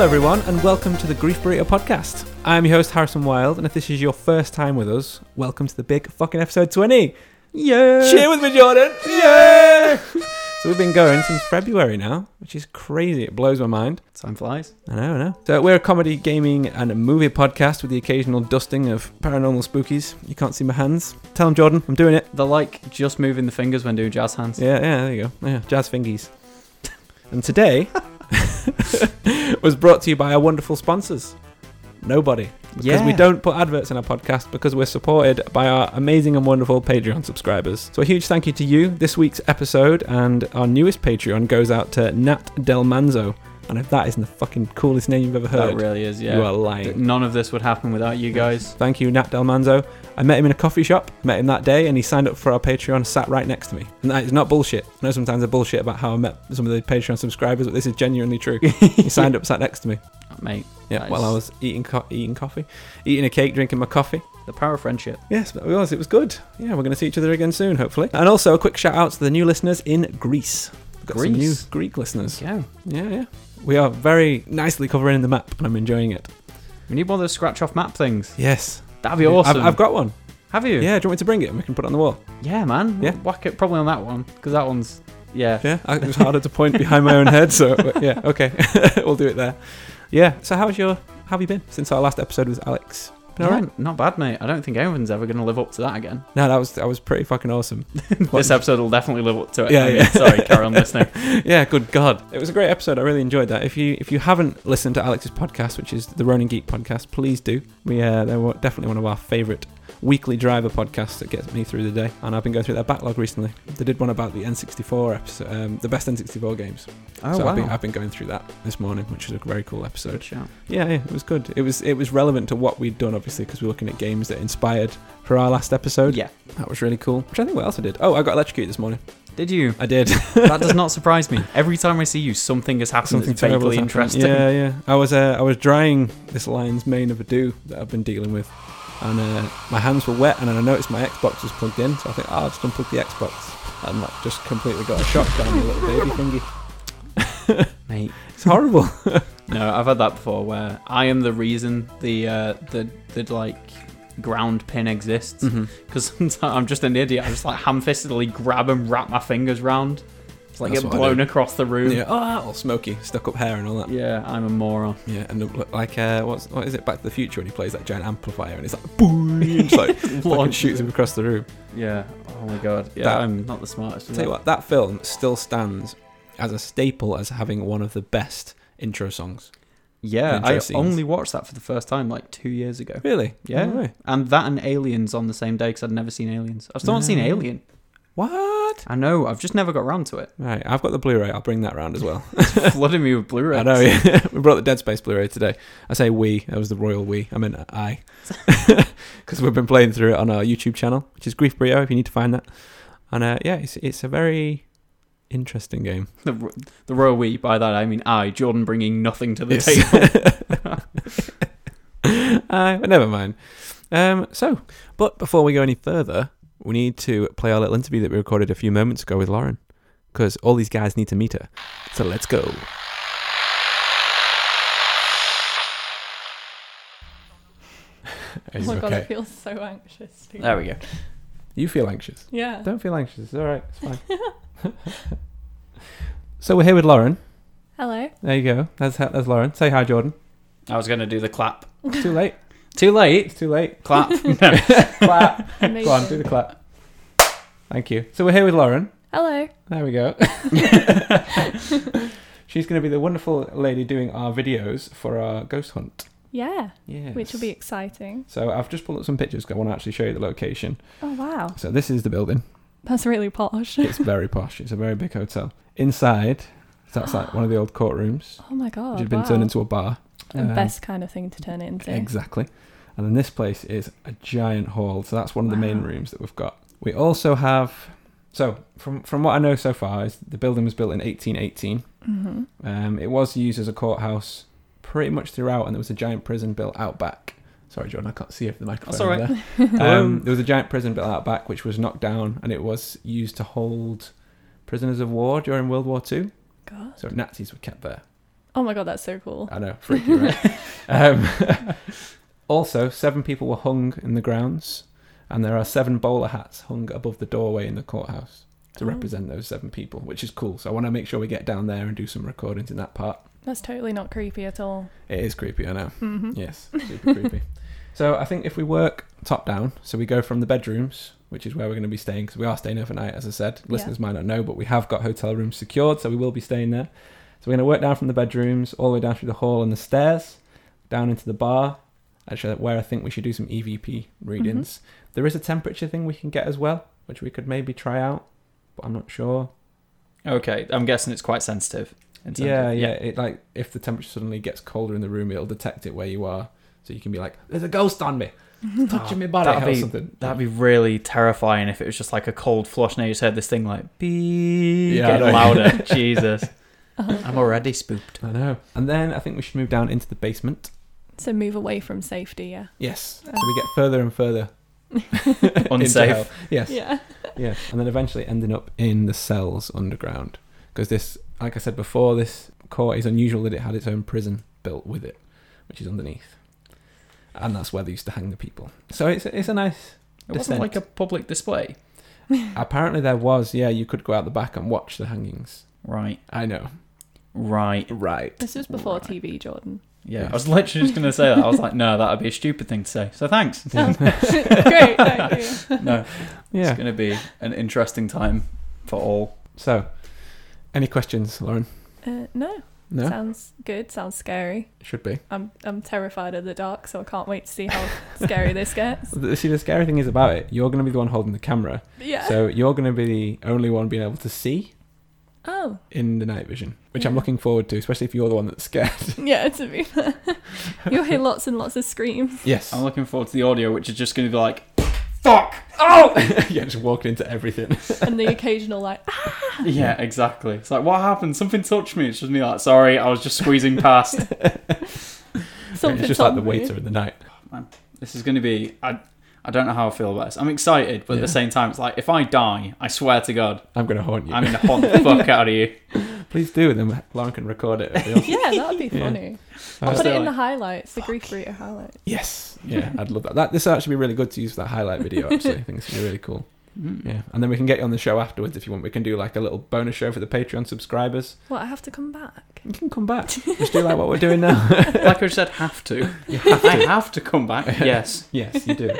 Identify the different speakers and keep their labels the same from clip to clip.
Speaker 1: everyone, and welcome to the Grief Burrito Podcast. I'm your host, Harrison Wilde, and if this is your first time with us, welcome to the big fucking episode 20.
Speaker 2: Yeah.
Speaker 1: Cheer with me, Jordan! Yeah! so we've been going since February now, which is crazy. It blows my mind.
Speaker 2: Time flies.
Speaker 1: I know, I know. So we're a comedy, gaming, and a movie podcast with the occasional dusting of paranormal spookies. You can't see my hands. Tell them, Jordan, I'm doing it.
Speaker 2: They're like just moving the fingers when doing jazz hands.
Speaker 1: Yeah, yeah, there you go. Yeah, jazz fingies. and today was brought to you by our wonderful sponsors. Nobody. Because we
Speaker 2: Yeah.
Speaker 1: don't put adverts in our podcast because we're supported by our amazing and wonderful Patreon subscribers. So a huge thank you to you. This week's episode and our newest Patreon goes out to Nat Del Manzo. And if that isn't the fucking coolest name you've ever
Speaker 2: That
Speaker 1: heard,
Speaker 2: really is,
Speaker 1: you
Speaker 2: yeah.
Speaker 1: are lying.
Speaker 2: None of this would happen without you guys.
Speaker 1: Thank you, Nat Del Manzo. I met him in a coffee shop, met him that day, and he signed up for our Patreon, sat right next to me. And that is not bullshit. I know sometimes I bullshit about how I met some of the Patreon subscribers, but this is genuinely true. he signed up, sat next to me.
Speaker 2: Mate,
Speaker 1: Yeah,
Speaker 2: Nice.
Speaker 1: while I was eating co- eating coffee, eating a cake, drinking my coffee.
Speaker 2: the power of friendship.
Speaker 1: Yes, but it was, it was good. Yeah, we're going to see each other again soon, hopefully. And also, a quick shout out to the new listeners in Greece. We've got some new
Speaker 2: Greece?
Speaker 1: Greek listeners.
Speaker 2: Yeah.
Speaker 1: Yeah, yeah. We are very nicely covering the map, and I'm enjoying it.
Speaker 2: We need one of those scratch off map things.
Speaker 1: Yes.
Speaker 2: That'd be awesome.
Speaker 1: I've, I've got one.
Speaker 2: Have you?
Speaker 1: Yeah, do you want me to bring it and we can put it on the wall?
Speaker 2: Yeah, man.
Speaker 1: Yeah.
Speaker 2: Whack it probably on that one because that one's. Yeah.
Speaker 1: Yeah, I- it was harder to point behind my own head, so but yeah, okay, we'll do it there. Yeah. So how's your? How have you been since our last episode with Alex? Been all
Speaker 2: Yeah,
Speaker 1: right?
Speaker 2: Not bad, mate. I don't think anyone's ever going to live up to that again.
Speaker 1: No, that was that was pretty fucking awesome.
Speaker 2: this episode will definitely live up to it.
Speaker 1: Yeah,
Speaker 2: I mean,
Speaker 1: yeah.
Speaker 2: Sorry, carry on listening.
Speaker 1: yeah, good god, it was a great episode. I really enjoyed that. If you if you haven't listened to Alex's podcast, which is the Ronin Geek podcast, please do. We uh, they're wa- definitely one of our favourite weekly driver podcasts that gets me through the day. And I've been going through their backlog recently. They did one about the N64 episode, um, the best N64 games.
Speaker 2: Oh,
Speaker 1: so
Speaker 2: wow.
Speaker 1: I've been, I've been going through that this morning, which is a very cool episode.
Speaker 2: Good shout.
Speaker 1: Yeah, yeah, it was good. It was it was relevant to what we'd done, obviously, because we were looking at games that inspired for our last episode.
Speaker 2: Yeah.
Speaker 1: That was really cool. Which I think what else I did. Oh, I got electrocuted this morning.
Speaker 2: Did you?
Speaker 1: I did.
Speaker 2: that does not surprise me. Every time I see you, something has happened
Speaker 1: Something
Speaker 2: that's vaguely
Speaker 1: terrible's happened.
Speaker 2: interesting.
Speaker 1: Yeah, yeah. I was uh, I was drying this lion's mane of a do that I've been dealing with, and uh, my hands were wet, and then I noticed my Xbox was plugged in, so I think oh, I'll just unplug the Xbox, and like just completely got a shock down the little baby thingy.
Speaker 2: Mate,
Speaker 1: It's horrible.
Speaker 2: No, I've had that before where I am the reason the uh, the the like ground pin exists
Speaker 1: Mm.
Speaker 2: because sometimes I'm just an idiot. I just like ham-fistedly grab and wrap my fingers round. It's like
Speaker 1: That's
Speaker 2: get
Speaker 1: what I
Speaker 2: blown
Speaker 1: do.
Speaker 2: across the room.
Speaker 1: Yeah.
Speaker 2: Yeah.
Speaker 1: Oh, all smoky, stuck up hair and all that.
Speaker 2: I'm a moron.
Speaker 1: Yeah, and it looked like uh, what's what is it? Back to the Future when he plays that giant amplifier and it's like boom, it's like fucking
Speaker 2: Launches
Speaker 1: shoots him across the room.
Speaker 2: Yeah. Oh my god. Yeah,
Speaker 1: That-
Speaker 2: I'm not the smartest.
Speaker 1: Tell you what, that film still stands as a staple as having one of the best intro songs.
Speaker 2: Yeah,
Speaker 1: Intro
Speaker 2: I
Speaker 1: scenes.
Speaker 2: only watched that for the first time like two years ago.
Speaker 1: Really?
Speaker 2: Yeah,
Speaker 1: No way.
Speaker 2: and that and Aliens on the same day because I'd never seen Aliens. I still haven't seen
Speaker 1: No.
Speaker 2: Alien.
Speaker 1: What?
Speaker 2: I know. I've just never got round to it.
Speaker 1: Right, I've got the Blu-ray. I'll bring that round as well.
Speaker 2: It's flooding me with Blu-ray.
Speaker 1: I know. Yeah. we brought the Dead Space Blu-ray today. I say we. That was the royal we. I meant I, because we've been playing through it on our YouTube channel, which is Grief Brio. If you need to find that, and uh, yeah, it's it's a very interesting game.
Speaker 2: The, ro- the royal we, by that I mean I, Jordan bringing nothing to the
Speaker 1: Yes.
Speaker 2: table.
Speaker 1: Uh, but never mind. Um, so, but before we go any further, we need to play our little interview that we recorded a few moments ago with Lauren, because all these guys need to meet her. So let's go.
Speaker 3: Oh my god, I feel so anxious. dude.
Speaker 2: we go.
Speaker 1: You feel anxious.
Speaker 3: Yeah.
Speaker 1: Don't feel anxious. It's all right. It's fine. so we're here with Lauren.
Speaker 3: Hello.
Speaker 1: There you go. That's that's Lauren. Say hi, Jordan.
Speaker 2: I was going to do the clap.
Speaker 1: It's too late.
Speaker 2: Too late.
Speaker 1: It's too late.
Speaker 2: Clap. No.
Speaker 1: clap.
Speaker 3: Amazing.
Speaker 1: Go on, do the clap. Thank you. So we're here with Lauren.
Speaker 3: Hello.
Speaker 1: There we go. She's going to be the wonderful lady doing our videos for our ghost hunt.
Speaker 3: Yeah.
Speaker 1: Yeah.
Speaker 3: Which will be exciting.
Speaker 1: So I've just pulled up some pictures 'cause I want to actually show you the location.
Speaker 3: Oh wow.
Speaker 1: So this is the building.
Speaker 3: That's really posh.
Speaker 1: It's very posh. It's a very big hotel. Inside, so that's like one of the old courtrooms,
Speaker 3: Oh my god.
Speaker 1: which has been
Speaker 3: wow.
Speaker 1: turned into a bar.
Speaker 3: the
Speaker 1: Um,
Speaker 3: best kind of thing to turn it into.
Speaker 1: Exactly. And then this place is a giant hall, so that's one of the main
Speaker 3: Wow.
Speaker 1: rooms that we've got. We also have so from from what I know so far is the building was built in 1818.
Speaker 3: hmm
Speaker 1: Um, it was used as a courthouse pretty much throughout, and there was a giant prison built out back. Sorry, John, I can't see over the microphone.
Speaker 2: That's all right.
Speaker 1: over there.
Speaker 2: Hello.
Speaker 1: um, there was a giant prison built out back, which was knocked down, and it was used to hold prisoners of war during World War Two.
Speaker 3: God.
Speaker 1: So Nazis were kept there.
Speaker 3: Oh my god, that's so cool.
Speaker 1: I know, freaky, right? um, also, seven people were hung in the grounds, and there are seven bowler hats hung above the doorway in the courthouse to
Speaker 3: Oh.
Speaker 1: represent those seven people, which is cool. So I want to make sure we get down there and do some recordings in that part.
Speaker 3: That's totally not creepy at all.
Speaker 1: It is creepy, I know.
Speaker 3: hmm
Speaker 1: Yes, super creepy. So I think if we work top down, so we go from the bedrooms, which is where we're going to be staying, because we are staying overnight, as I said.
Speaker 3: Yeah.
Speaker 1: Listeners might not know, but we have got hotel rooms secured, so we will be staying there. So we're going to work down from the bedrooms, all the way down through the hall and the stairs, down into the bar, actually where I think we should do some EVP readings. There is a temperature thing we can get as well, which we could maybe try out, but I'm not sure.
Speaker 2: Okay, I'm guessing it's quite sensitive. in terms
Speaker 1: Yeah,
Speaker 2: of-
Speaker 1: yeah. It like if the temperature suddenly gets colder in the room, it'll detect it where you are, so you can be like, "There's a ghost on me, It's touching my body
Speaker 2: that'd
Speaker 1: or
Speaker 2: be-
Speaker 1: something."
Speaker 2: That'd be really terrifying if it was just like a cold flush and you just heard this thing like beep
Speaker 1: Yeah, I
Speaker 2: getting
Speaker 1: know.
Speaker 2: louder. Jesus. I'm already spooked.
Speaker 1: I know. And then I think we should move down into the basement.
Speaker 3: So move away from safety, yeah.
Speaker 1: Yes. So we get further and further into hell.
Speaker 2: Unsafe.
Speaker 1: Yes.
Speaker 3: Yeah.
Speaker 1: yeah, and then eventually ending up in the cells underground because this, like I said before, this court is unusual that it had its own prison built with it, which is underneath, and that's where they used to hang the people. So it's it's a nice.
Speaker 2: It wasn't
Speaker 1: descent.
Speaker 2: like a public display.
Speaker 1: Apparently there was, yeah, you could go out the back and watch the hangings.
Speaker 2: Right,
Speaker 1: I know.
Speaker 2: right.
Speaker 1: Right.
Speaker 3: This was before
Speaker 2: Right.
Speaker 3: TV, Jordan.
Speaker 2: Yeah,
Speaker 1: Yeah.
Speaker 2: I was literally just going to say that. I was like, no, that would be a stupid thing to say. So thanks.
Speaker 3: Oh, Great, thank you.
Speaker 2: No, it's
Speaker 1: Yeah.
Speaker 2: going to be an interesting time for all.
Speaker 1: So, any questions, Lauren?
Speaker 3: Uh, no,
Speaker 1: No?
Speaker 3: sounds good. Sounds scary.
Speaker 1: Should be.
Speaker 3: I'm I'm terrified of the dark, so I can't wait to see how scary this gets.
Speaker 1: The- See, the scary thing is about it, you're going to be the one holding the camera.
Speaker 3: Yeah.
Speaker 1: So, you're going to be the only one being able to see
Speaker 3: oh,
Speaker 1: in the night vision, which I'm
Speaker 3: Yeah.
Speaker 1: looking forward to, especially if you're the one that's scared.
Speaker 3: yeah. To be fair, you'll hear lots and lots of screams.
Speaker 1: yes.
Speaker 2: I'm looking forward to the audio, which is just going to be like, fuck! Oh!
Speaker 1: yeah, just walking into everything.
Speaker 3: and the occasional like "Ah!"
Speaker 2: Yeah, exactly. It's like, what happened? Something touched me. It's just me like, sorry, I was just squeezing past.
Speaker 3: something.
Speaker 1: it's just like the
Speaker 3: told me.
Speaker 1: waiter in the night.
Speaker 2: this is going to be. I, I don't know how I feel about this. I'm excited, but at
Speaker 1: Yeah.
Speaker 2: the same time, it's like, if I die, I swear to God,
Speaker 1: I'm going to haunt you.
Speaker 2: I'm going to haunt the fuck out of you.
Speaker 1: Please do, and then Lauren can record it. It'll-
Speaker 3: Yeah, that'd be
Speaker 1: Yeah.
Speaker 3: funny.
Speaker 1: Uh,
Speaker 3: I'll put it
Speaker 2: Absolutely.
Speaker 3: in the highlights, the grief burrito highlights.
Speaker 1: yes. Yeah, I'd love that. that. This will actually be really good to use for that highlight video, actually. I think it's going to be really cool. Yeah, and then we can get you on the show afterwards if you want. We can do like a little bonus show for the Patreon subscribers.
Speaker 3: Well, I have to come back.
Speaker 1: You can come back. Just do like what we're doing now.
Speaker 2: Like I said, have to. I have to come back. Yes.
Speaker 1: yes, you do.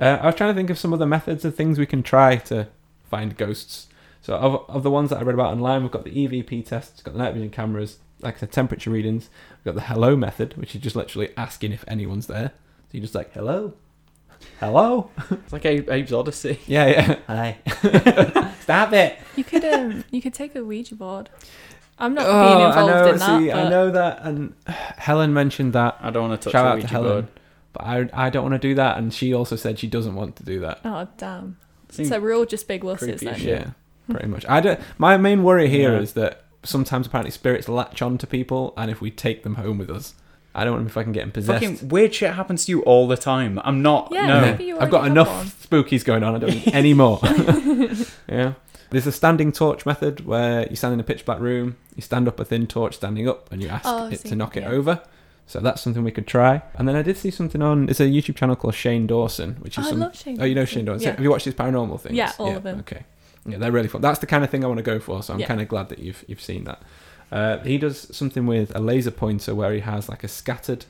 Speaker 1: Uh, I was trying to think of some other methods of things we can try to find ghosts. So of, of the ones that I read about online, we've got the E EVP test, we've got the night vision cameras, like I said, temperature readings. We've got the hello method, which is just literally asking if anyone's there. So you're just like, hello? Hello?
Speaker 2: It's like Abe, Abe's Odyssey.
Speaker 1: Yeah, yeah. Hi. Stop it.
Speaker 3: You could um, you could take a Ouija board. I'm not
Speaker 1: Oh,
Speaker 3: being involved
Speaker 1: I know,
Speaker 3: in that.
Speaker 1: see, I
Speaker 3: but-
Speaker 1: know that, and Helen mentioned that.
Speaker 2: I don't want to touch
Speaker 1: Shout
Speaker 2: the
Speaker 1: out to
Speaker 2: Ouija
Speaker 1: Helen,
Speaker 2: board.
Speaker 1: but I I don't want to do that, and she also said she doesn't want to do that.
Speaker 3: Oh damn!
Speaker 2: Seems
Speaker 3: so we're all just big wusses
Speaker 2: creepy
Speaker 3: then.
Speaker 2: as
Speaker 1: Yeah,
Speaker 2: Yeah.
Speaker 1: pretty much. I don't. My main worry here is
Speaker 2: Yeah.
Speaker 1: that sometimes apparently spirits latch on to people, and if we take them home with us, I don't want to be fucking getting possessed.
Speaker 2: Fucking weird shit happens to you all the time. I'm not.
Speaker 3: Yeah,
Speaker 2: no.
Speaker 3: maybe you
Speaker 1: I've got
Speaker 3: already have
Speaker 1: enough
Speaker 3: one.
Speaker 1: spookies going on. I don't need any more. yeah. There's a standing torch method where you stand in a pitch black room, you stand up a thin torch standing up, and you ask
Speaker 3: Oh, I
Speaker 1: it
Speaker 3: see,
Speaker 1: to knock it
Speaker 3: yeah.
Speaker 1: over. So that's something we could try. And then I did see something on. It's a YouTube channel called Shane Dawson, which
Speaker 3: Oh,
Speaker 1: is
Speaker 3: I
Speaker 1: some.
Speaker 3: love Shane.
Speaker 1: oh, you know
Speaker 3: Dawson.
Speaker 1: Shane Dawson.
Speaker 3: Yeah.
Speaker 1: Have you watched his paranormal things?
Speaker 3: Yeah, all of them.
Speaker 1: Okay. Yeah, they're really fun. That's the kind of thing I want to go for. So I'm
Speaker 3: Yeah.
Speaker 1: kind of glad that you've you've seen that. Uh, he does something with a laser pointer where he has like a scattered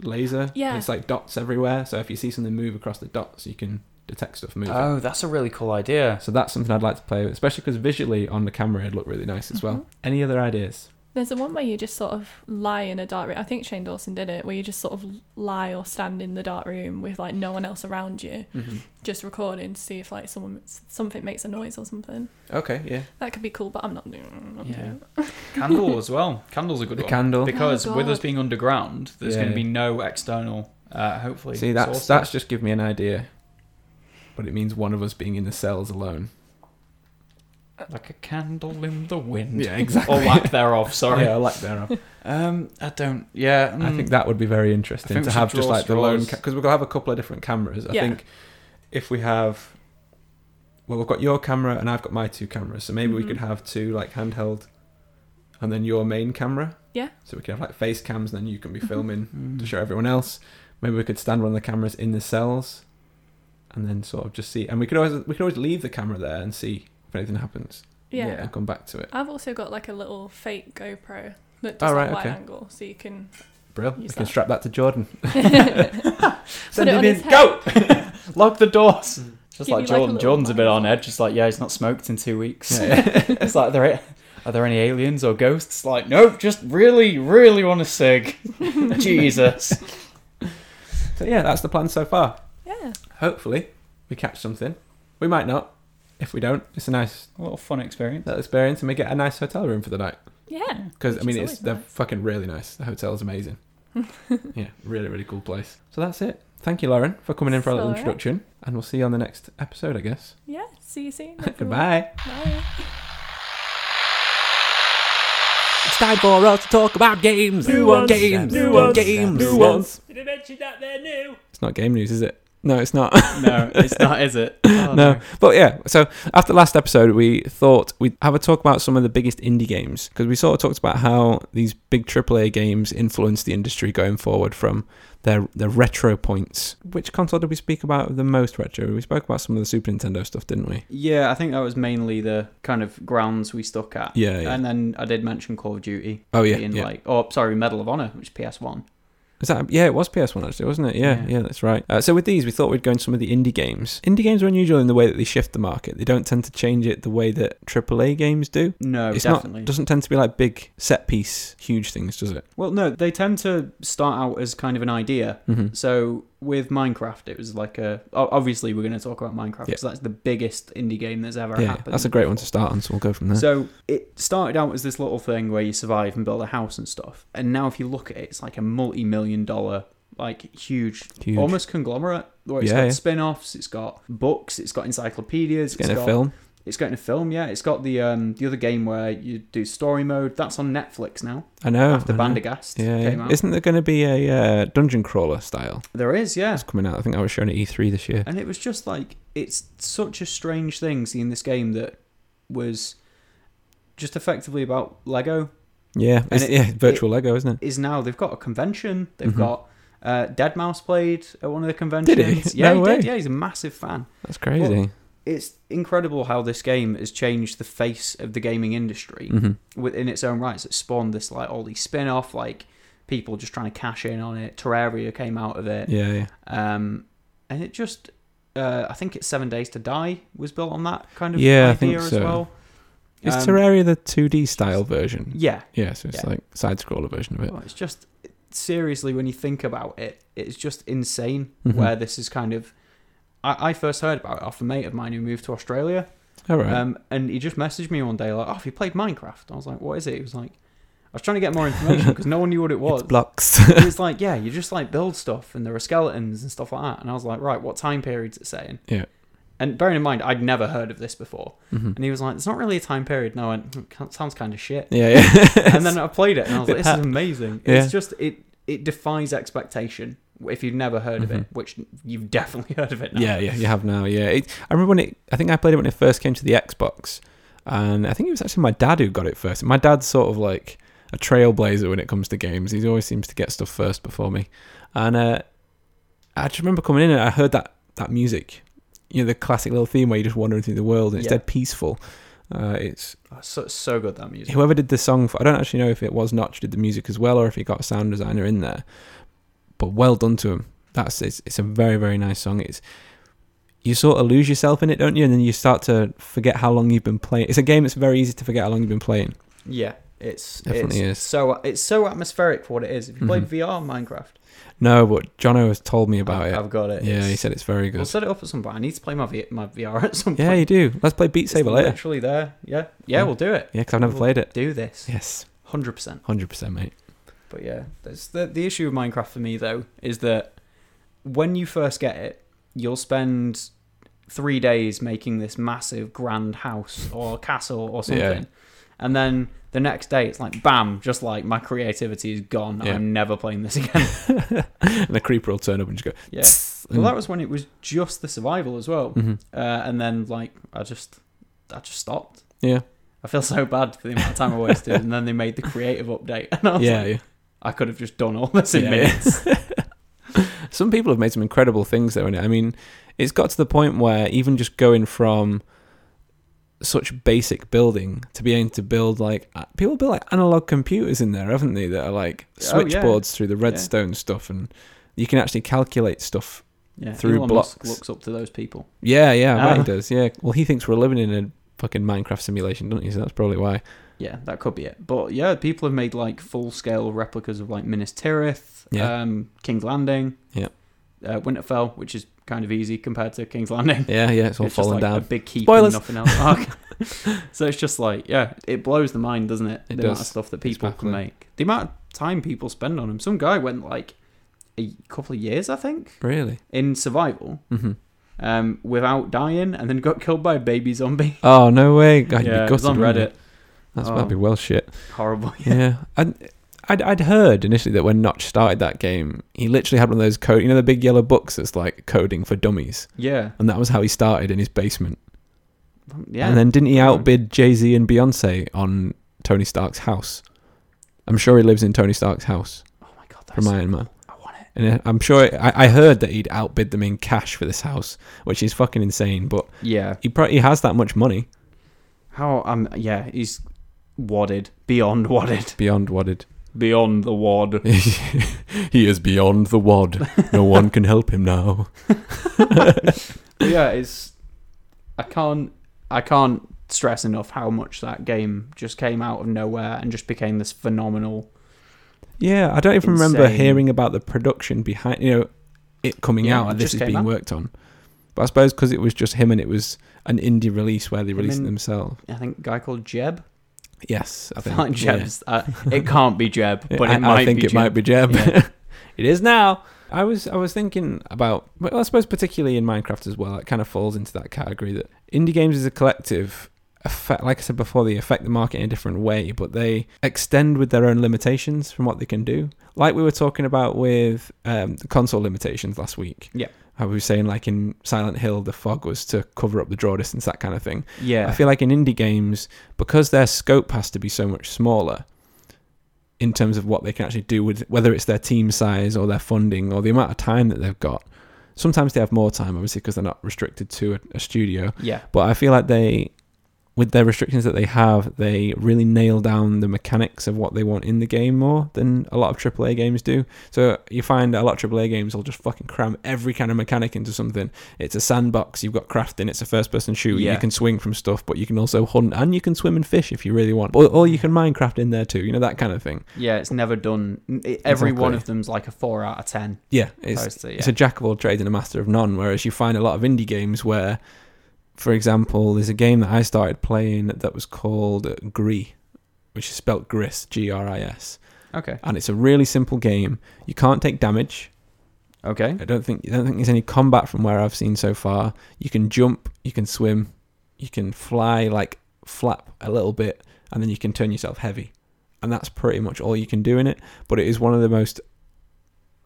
Speaker 1: laser.
Speaker 3: Yeah.
Speaker 1: And it's like dots everywhere. So if you see something move across the dots, you can detect stuff moving.
Speaker 2: Oh, that's a really cool idea.
Speaker 1: So that's something I'd like to play with, especially because visually on the camera it'd look really nice as well.
Speaker 3: Mm-hmm.
Speaker 1: Any other ideas?
Speaker 3: There's the one where you just sort of lie in a dark room. I think Shane Dawson did it, where you just sort of lie or stand in the dark room with like no one else around you, just recording to see if like someone something makes a noise or something.
Speaker 1: Okay, yeah.
Speaker 3: That could be cool, but I'm not doing. I'm not
Speaker 2: Yeah.
Speaker 3: doing that.
Speaker 2: Candle as well. Candle's a good
Speaker 1: The
Speaker 2: one.
Speaker 1: candle.
Speaker 2: because
Speaker 3: Oh,
Speaker 2: with us
Speaker 3: God.
Speaker 2: being underground, there's
Speaker 1: Yeah.
Speaker 2: going to be no external, uh, hopefully.
Speaker 1: See, that's
Speaker 2: sources.
Speaker 1: that's just give me an idea, but it means one of us being in the cells alone.
Speaker 2: like a candle in the wind.
Speaker 1: Yeah, exactly.
Speaker 2: or lack thereof. Sorry.
Speaker 1: Yeah, I like thereof.
Speaker 2: Um, I don't. Yeah,
Speaker 1: I
Speaker 2: mm,
Speaker 1: think that would be very interesting
Speaker 2: think
Speaker 1: to
Speaker 2: we should
Speaker 1: have just
Speaker 2: draw
Speaker 1: like the lone
Speaker 2: straws.
Speaker 1: because we're gonna have a couple of different cameras. I
Speaker 3: Yeah.
Speaker 1: think if we have,
Speaker 2: Mm-hmm.
Speaker 1: well, we've got your camera and I've got my two cameras, so maybe we
Speaker 3: Mhm.
Speaker 1: could have two like handheld and then your main camera.
Speaker 3: Yeah.
Speaker 1: So we can have like face cams, and then you can
Speaker 2: Mm-hmm.
Speaker 1: be filming
Speaker 2: Mm.
Speaker 1: to show everyone else. Maybe we could stand one of the cameras in the cells, and then sort of just see. And we could always we could always leave the camera there and see if anything happens
Speaker 3: Yeah.
Speaker 4: Yeah.
Speaker 1: and come back to it.
Speaker 3: I've also got like a little fake GoPro that does
Speaker 1: Oh,
Speaker 3: like,
Speaker 1: right,
Speaker 3: wide
Speaker 1: okay.
Speaker 3: angle, so you can
Speaker 1: Brill. We
Speaker 3: Use
Speaker 1: can
Speaker 3: that.
Speaker 1: strap that to Jordan.
Speaker 3: put it on his head.
Speaker 4: Go! Lock the doors.
Speaker 3: Give
Speaker 2: Just
Speaker 3: you,
Speaker 2: like
Speaker 3: like, a
Speaker 2: Jordan.
Speaker 3: little
Speaker 2: Jordan's a bit on
Speaker 3: mindfuck.
Speaker 2: edge. Just like, yeah, he's not smoked in two weeks.
Speaker 1: Yeah.
Speaker 2: it's like, there are there any aliens or ghosts? Like, nope, just really, really want a cig. Jesus.
Speaker 1: so yeah, that's the plan so far.
Speaker 3: Yeah.
Speaker 1: Hopefully, we catch something. We might not. If we don't, it's a nice
Speaker 2: A little fun experience.
Speaker 1: little experience, and we get a nice hotel room for the night.
Speaker 3: Yeah.
Speaker 1: Because I
Speaker 3: Which
Speaker 1: mean, it's
Speaker 3: is always
Speaker 1: they're
Speaker 3: nice.
Speaker 1: fucking really nice. The hotel's amazing. yeah, really, really cool place. So that's it. Thank you, Lauren, for coming in for a
Speaker 3: It's
Speaker 1: little
Speaker 3: all right.
Speaker 1: introduction, and we'll see you on the next episode, I guess.
Speaker 3: Yeah. See you soon. everyone.
Speaker 1: Goodbye.
Speaker 3: Bye.
Speaker 5: It's time for us to talk about games.
Speaker 1: New ones,
Speaker 5: Games.
Speaker 1: new ones,
Speaker 5: Games.
Speaker 1: new ones.
Speaker 4: Did I mention that they're new?
Speaker 1: It's not game news, is it? No, it's not.
Speaker 4: No, it's not, is it? Oh,
Speaker 1: no, but yeah. So after last episode, we thought we'd have a talk about some of the biggest indie games because we sort of talked about how these big AAA games influence the industry going forward from their their retro points. Which console did we speak about the most retro? We spoke about some of the Super Nintendo stuff, didn't we?
Speaker 4: Yeah, I think that was mainly the kind of grounds we stuck at.
Speaker 1: Yeah, yeah.
Speaker 4: And then I did mention Call of Duty
Speaker 1: Oh yeah,
Speaker 4: being
Speaker 1: yeah.
Speaker 4: like, oh, sorry, Medal of Honor, which is PS1.
Speaker 1: Is that yeah? It was PS One actually, wasn't it? Yeah, yeah,
Speaker 4: Yeah.
Speaker 1: that's right. Uh, so with these, we thought we'd go into some of the indie games. Indie games are unusual in the way that they shift the market. They don't tend to change it the way that AAA games do.
Speaker 4: No,
Speaker 1: it's
Speaker 4: definitely.
Speaker 1: not doesn't tend to be like big set piece, huge things, does it?
Speaker 4: Well, no, they tend to start out as kind of an idea.
Speaker 1: Mm-hmm.
Speaker 4: So with Minecraft, it was like a. o- Obviously, we're going to talk about Minecraft
Speaker 1: Yeah.
Speaker 4: because that's the biggest indie game that's ever
Speaker 1: Yeah,
Speaker 4: happened.
Speaker 1: that's a great one to start on. So we'll go from there.
Speaker 4: So it started out as this little thing where you survive and build a house and stuff. And now, if you look at it, it's like a multi-million dollar, like huge
Speaker 1: Huge.
Speaker 4: almost conglomerate. Where it's
Speaker 1: Yeah,
Speaker 4: got
Speaker 1: yeah.
Speaker 4: spin-offs, it's got books, it's got encyclopedias,
Speaker 1: it's getting
Speaker 4: got
Speaker 1: a film.
Speaker 4: It's getting a film, yeah. It's got the um the other game where you do story mode. That's on Netflix now.
Speaker 1: I know.
Speaker 4: after
Speaker 1: I know.
Speaker 4: Bandergast
Speaker 1: Oh, Yeah,
Speaker 4: came
Speaker 1: yeah.
Speaker 4: out.
Speaker 1: isn't there going to be a uh, dungeon crawler style
Speaker 4: There is, yeah.
Speaker 1: that's coming out? I think I was shown at E3 this year.
Speaker 4: And it was just like it's such a strange thing seeing this game that was just effectively about Lego
Speaker 1: Yeah, it's,
Speaker 4: it-
Speaker 1: yeah, virtual Lego, isn't it?
Speaker 4: is now they've got a convention. They've
Speaker 1: Mhm.
Speaker 4: got uh, Dead Mouse played at one of the conventions. Yeah,
Speaker 1: No
Speaker 4: he did.
Speaker 1: way.
Speaker 4: Yeah, he's a massive fan.
Speaker 1: That's crazy.
Speaker 4: It's incredible how this game has changed the face of the gaming industry
Speaker 1: hmm
Speaker 4: within its own rights. It spawned this like all these spin-off like people just trying to cash in on it. Terraria came out of it.
Speaker 1: Yeah, yeah,
Speaker 4: Um, and it just, uh, I think it's Seven Days to Die was built on that kind of
Speaker 1: Yeah, I
Speaker 4: idea
Speaker 1: think
Speaker 4: as
Speaker 1: so.
Speaker 4: well.
Speaker 1: is
Speaker 4: Um,
Speaker 1: Terraria the 2D style version?
Speaker 4: Yeah.
Speaker 1: Yeah, so it's
Speaker 4: Yeah.
Speaker 1: like side scroller version of it.
Speaker 4: Well, it's just, seriously, when you think about it, it's just insane
Speaker 1: Mhm.
Speaker 4: where this is kind of. I, I first heard about it off a mate of mine who moved to Australia.
Speaker 1: All right.
Speaker 4: Um, and he just messaged me one day, like, oh, have you played Minecraft? I was like, what is it? He was like, I was trying to get more information because no one knew what it was.
Speaker 1: it's blocks.
Speaker 4: And it's like, yeah, you just like build stuff and there are skeletons and stuff like that. And I was like, right, what time period's it saying?
Speaker 1: Yeah.
Speaker 4: And bearing in mind, I'd never heard of this before.
Speaker 1: hmm
Speaker 4: And he was like, it's not really a time period. And I went, "Hmm, ca- sounds kind of shit.
Speaker 1: Yeah, yeah.
Speaker 4: And then I played it and I was like, this is amazing.
Speaker 1: Yeah.
Speaker 4: It's just, it it defies expectation if you've never heard of it, which you've definitely heard of it now.
Speaker 1: Mm-hmm. Yeah, yeah, you have now. Yeah, it, I remember when it. I think I played it when it first came to the Xbox, and I think it was actually my dad who got it first. My dad's sort of like a trailblazer when it comes to games. He always seems to get stuff first before me, and uh, I just remember coming in and I heard that that music, you know, the classic little theme where you're just wandering through the world and it's
Speaker 4: Yeah.
Speaker 1: dead peaceful. Uh, it's
Speaker 4: Oh, so, so good, that music.
Speaker 1: whoever did the song for, I don't actually know if it was Notch did the music as well or if he got a sound designer in there. But well done to him. That's it's, it's a very very nice song. It's you sort of lose yourself in it, don't you? And then you start to forget how long you've been playing. It's a game that's very easy to forget how long you've been playing.
Speaker 4: Yeah. It's,
Speaker 1: Definitely
Speaker 4: it's
Speaker 1: is. Mm-hmm.
Speaker 4: so it's so atmospheric for what it is. If you played VR Minecraft,
Speaker 1: No, but Jono has told me about
Speaker 4: I've,
Speaker 1: it.
Speaker 4: I've got it.
Speaker 1: Oh, yeah,
Speaker 4: It's-
Speaker 1: he said it's very
Speaker 4: We'll
Speaker 1: good.
Speaker 4: set it up at some point. I need to play my v- my VR at some
Speaker 1: Yeah,
Speaker 4: point.
Speaker 1: you do. Let's play Beat
Speaker 4: It's
Speaker 1: Saber later.
Speaker 4: Literally there. Yeah.
Speaker 1: Yeah.
Speaker 4: yeah, we'll do it.
Speaker 1: Yeah, because I've never played it.
Speaker 4: Do this.
Speaker 1: Yes,
Speaker 4: Hundred percent.
Speaker 1: hundred percent, mate.
Speaker 4: But yeah, that's the the issue with Minecraft for me though is that when you first get it, you'll spend three days making this massive grand house or castle or something,
Speaker 1: Yeah.
Speaker 4: and then the next day it's like bam, just like my creativity is gone.
Speaker 1: Yeah.
Speaker 4: I'm never playing this again.
Speaker 1: and the creeper will turn up and just go.
Speaker 4: yeah.
Speaker 1: "Tss," Mm-hmm.
Speaker 4: Well,
Speaker 1: and-
Speaker 4: that was when it was just the survival as well,
Speaker 1: Mhm.
Speaker 4: uh, and then like I just I just stopped.
Speaker 1: Yeah.
Speaker 4: I I feel so bad for the amount of time I wasted. and then they made the creative update, and I was
Speaker 1: yeah,
Speaker 4: like,
Speaker 1: yeah.
Speaker 4: I could have just done all this in
Speaker 1: Yeah.
Speaker 4: minutes.
Speaker 1: Some people have made some incredible things though in it. I mean, it's got to the point where even just going from such basic building to be able to build like a- people build like analog computers in there, haven't they? That are like
Speaker 4: Oh, yeah.
Speaker 1: switchboards through the redstone stuff, and you can actually calculate stuff.
Speaker 4: Yeah,
Speaker 1: Through
Speaker 4: Elon Musk
Speaker 1: blocks.
Speaker 4: looks up to those people.
Speaker 1: Yeah, yeah, I bet
Speaker 4: Ah.
Speaker 1: he does. Yeah, well, he thinks we're living in a fucking Minecraft simulation, don't you? So that's probably why.
Speaker 4: Yeah, that could be it. But yeah, people have made like full scale replicas of like Minas Tirith,
Speaker 1: Yeah.
Speaker 4: um, King's Landing,
Speaker 1: Yeah.
Speaker 4: uh, Winterfell, which is kind of easy compared to King's Landing.
Speaker 1: Yeah, yeah, it's all
Speaker 4: just
Speaker 1: falling
Speaker 4: like a
Speaker 1: down.
Speaker 4: big keep
Speaker 1: Spoilers.
Speaker 4: and nothing else. Okay. so it's just like, yeah, it blows the mind, doesn't it?
Speaker 1: It
Speaker 4: the amount of
Speaker 1: does.
Speaker 4: stuff
Speaker 1: It's
Speaker 4: that people can
Speaker 1: baffling.
Speaker 4: make, the amount of time people spend on them. Some guy went like a couple of years, I think,
Speaker 1: Really?
Speaker 4: in survival
Speaker 1: hmm
Speaker 4: um, without dying, and then got killed by a baby zombie.
Speaker 1: Oh no way! God, you'd
Speaker 4: yeah,
Speaker 1: be
Speaker 4: it was
Speaker 1: gutted,
Speaker 4: on
Speaker 1: wouldn't you?
Speaker 4: Reddit.
Speaker 1: That's
Speaker 4: Oh.
Speaker 1: that'd be well shit.
Speaker 4: Horrible.
Speaker 1: Yeah, and I'd, I'd heard initially that when Notch started that game, he literally had one of those code, you know, the big yellow books that's like coding for dummies,
Speaker 4: Yeah.
Speaker 1: and that was how he started in his basement.
Speaker 4: Yeah.
Speaker 1: And then didn't he
Speaker 4: Come on.
Speaker 1: outbid Jay Z and Beyonce on Tony Stark's house? I'm sure he lives in Tony Stark's house
Speaker 4: oh my god,
Speaker 1: from
Speaker 4: that's,
Speaker 1: Iron Man.
Speaker 4: I want it.
Speaker 1: And uh, I'm sure I, I heard that he'd outbid them in cash for this house, which is fucking insane. But
Speaker 4: Yeah.
Speaker 1: he probably he has that much money
Speaker 4: How um yeah, he's wadded. Beyond wadded.
Speaker 1: beyond wadded.
Speaker 4: Beyond the wad.
Speaker 1: he is beyond the wad. No one can help him now.
Speaker 4: yeah, it's I can't I can't stress enough how much that game just came out of nowhere and just became this phenomenal
Speaker 1: Yeah, I don't even remember
Speaker 4: Insane.
Speaker 1: hearing about the production behind, you know, it coming
Speaker 4: Yeah,
Speaker 1: out
Speaker 4: it
Speaker 1: and this
Speaker 4: just
Speaker 1: is
Speaker 4: came
Speaker 1: being
Speaker 4: out.
Speaker 1: worked on. But I suppose because it was just him and it was an indie release where they
Speaker 4: Him
Speaker 1: released it
Speaker 4: and-
Speaker 1: themselves.
Speaker 4: I think a guy called Jeb.
Speaker 1: Yes, I
Speaker 4: I
Speaker 1: think
Speaker 4: feel like
Speaker 1: yeah.
Speaker 4: Jeb's uh, it can't be Jeb,
Speaker 1: Yeah,
Speaker 4: but
Speaker 1: I,
Speaker 4: it might
Speaker 1: I think
Speaker 4: be
Speaker 1: it might be Jeb.
Speaker 4: Yeah.
Speaker 1: it is now. I was I was thinking about well, I suppose particularly in Minecraft as well. It kind of falls into that category that indie games as a collective affect, like I said before, they affect the market in a different way, but they extend with their own limitations from what they can do. Like we were talking about with um, the console limitations last week.
Speaker 4: Yeah.
Speaker 1: How we were saying like in Silent Hill, the fog was to cover up the draw distance, that kind of thing.
Speaker 4: Yeah.
Speaker 1: I feel like in indie games, because their scope has to be so much smaller in terms of what they can actually do with whether it's their team size or their funding or the amount of time that they've got. Sometimes they have more time, obviously, because they're not restricted to a, a studio.
Speaker 4: yeah.
Speaker 1: But I feel like they, with their restrictions that they have, they really nail down the mechanics of what they want in the game more than a lot of AAA games do. So you find a lot of AAA games will just fucking cram every kind of mechanic into something. It's a sandbox, you've got crafting, it's a first person shooter,
Speaker 4: Yeah.
Speaker 1: you can swing from stuff, but you can also hunt and you can swim and fish if you really want. Or, or you can Minecraft in there too, you know, that kind of thing.
Speaker 4: Yeah, it's never done. it- Every one
Speaker 1: Exactly.
Speaker 4: of them's like a 4 out of 10.
Speaker 1: Yeah, it's,
Speaker 4: opposed to-
Speaker 1: it's
Speaker 4: yeah.
Speaker 1: a jack of all trades and a master of none. Whereas you find a lot of indie games where, for example, there's a game that I started playing that was called Gree, which is spelt Gris, G R I S,
Speaker 4: Okay.
Speaker 1: and it's a really simple game. You can't take damage.
Speaker 4: Okay.
Speaker 1: I don't think I don't think there's any combat from where I've seen so far. You can jump, you can swim, you can fly, like flap a little bit, and then you can turn yourself heavy, and that's pretty much all you can do in it. But it is one of the most,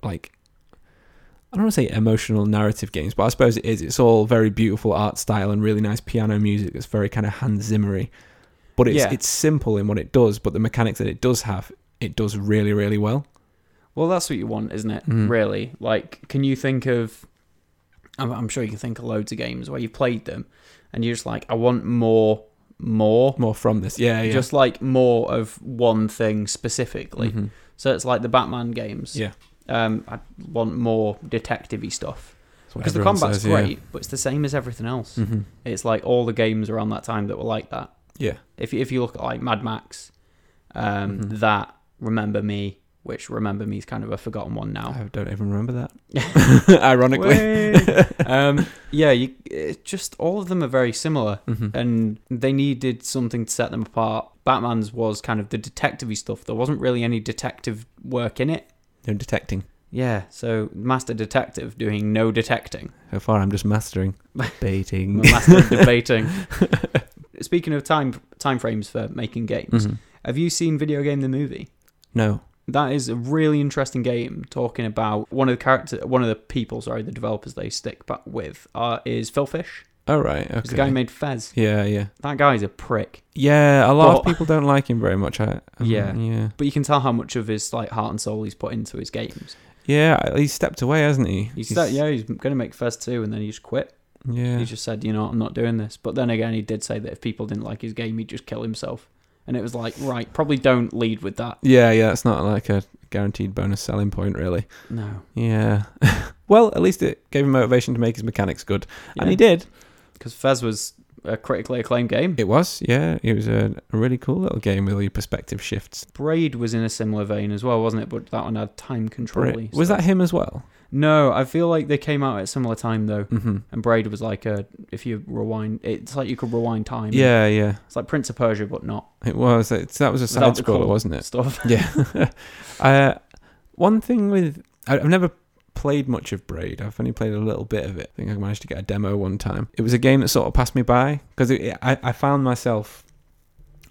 Speaker 1: like, I don't want to say emotional narrative games, but I suppose it is. It's all very beautiful art style and really nice piano music. That's very kind of Hans Zimmery, but it's
Speaker 4: Yeah.
Speaker 1: it's simple in what it does. But the mechanics that it does have, it does really really well.
Speaker 4: Well, that's what you want, isn't it?
Speaker 1: Mhm.
Speaker 4: Really? Like, can you think of. I'm, I'm sure you can think of loads of games where you've played them and you're just like, I want more, more.
Speaker 1: More from this, yeah, yeah.
Speaker 4: Just like more of one thing specifically.
Speaker 1: Mhm.
Speaker 4: So it's like the Batman games.
Speaker 1: Yeah.
Speaker 4: Um, I want more detective y stuff.
Speaker 1: That's what
Speaker 4: Because the
Speaker 1: everyone
Speaker 4: combat's
Speaker 1: says, yeah.
Speaker 4: great, but it's the same as everything else.
Speaker 1: Mhm.
Speaker 4: It's like all the games around that time that were like that.
Speaker 1: Yeah.
Speaker 4: If you, if you look at like Mad Max, um,
Speaker 1: Mhm.
Speaker 4: that Remember Me, which Remember Me is kind of a forgotten one now.
Speaker 1: I don't even remember that. Ironically.
Speaker 4: Way. um, yeah, you, it just all of them are very similar,
Speaker 1: Mhm.
Speaker 4: and they needed something to set them apart. Batman's was kind of the detective stuff. There wasn't really any detective work in it.
Speaker 1: No detecting.
Speaker 4: Yeah, so master detective doing no detecting,
Speaker 1: So far, I'm just mastering. Baiting.
Speaker 4: master debating. Speaking of time time frames for making games,
Speaker 1: Mhm.
Speaker 4: have you seen Video Game the Movie?
Speaker 1: No.
Speaker 4: That is a really interesting game. Talking about one of the character, one of the people, sorry, the developers they stick back with uh, is Phil Fish.
Speaker 1: Oh right, okay.
Speaker 4: Because the guy who made Fez.
Speaker 1: yeah, yeah,
Speaker 4: That guy's a prick.
Speaker 1: yeah. A lot of
Speaker 4: But-
Speaker 1: people don't like him very much. I, I
Speaker 4: Yeah.
Speaker 1: yeah,
Speaker 4: But you can tell how much of his like heart and soul he's put into his games.
Speaker 1: yeah. He's stepped away, hasn't he?
Speaker 4: He said, yeah, he's going to make Fez 2 and then he just quit.
Speaker 1: yeah.
Speaker 4: He just said, you know, I'm not doing this. But then again, he did say that if people didn't like his game, he'd just kill himself. And it was like, right, probably don't lead with that.
Speaker 1: yeah, yeah. That's not like a guaranteed bonus selling point, really.
Speaker 4: No.
Speaker 1: Yeah. well, at least it gave him motivation to make his mechanics good, and he
Speaker 4: Yeah.
Speaker 1: did.
Speaker 4: because Fez was a critically acclaimed game.
Speaker 1: It was, yeah. It was a a really cool little game with all your perspective shifts.
Speaker 4: Braid was in a similar vein as well, wasn't it? But that one had time control.
Speaker 1: Brit- was that him as well?
Speaker 4: No, I feel like they came out at a similar time though.
Speaker 1: Mm-hmm.
Speaker 4: And Braid was like a if you rewind, it's like you could rewind time.
Speaker 1: Yeah, yeah.
Speaker 4: it's like Prince of Persia, but not
Speaker 1: It was. It's, that was a
Speaker 4: That
Speaker 1: side
Speaker 4: was
Speaker 1: scroller,
Speaker 4: cool.
Speaker 1: wasn't it?
Speaker 4: stuff.
Speaker 1: Yeah. uh, one thing with I, I've never played much of Braid. I've only played a little bit of it. I think I managed to get a demo one time. It was a game that sort of passed me by because I, I found myself.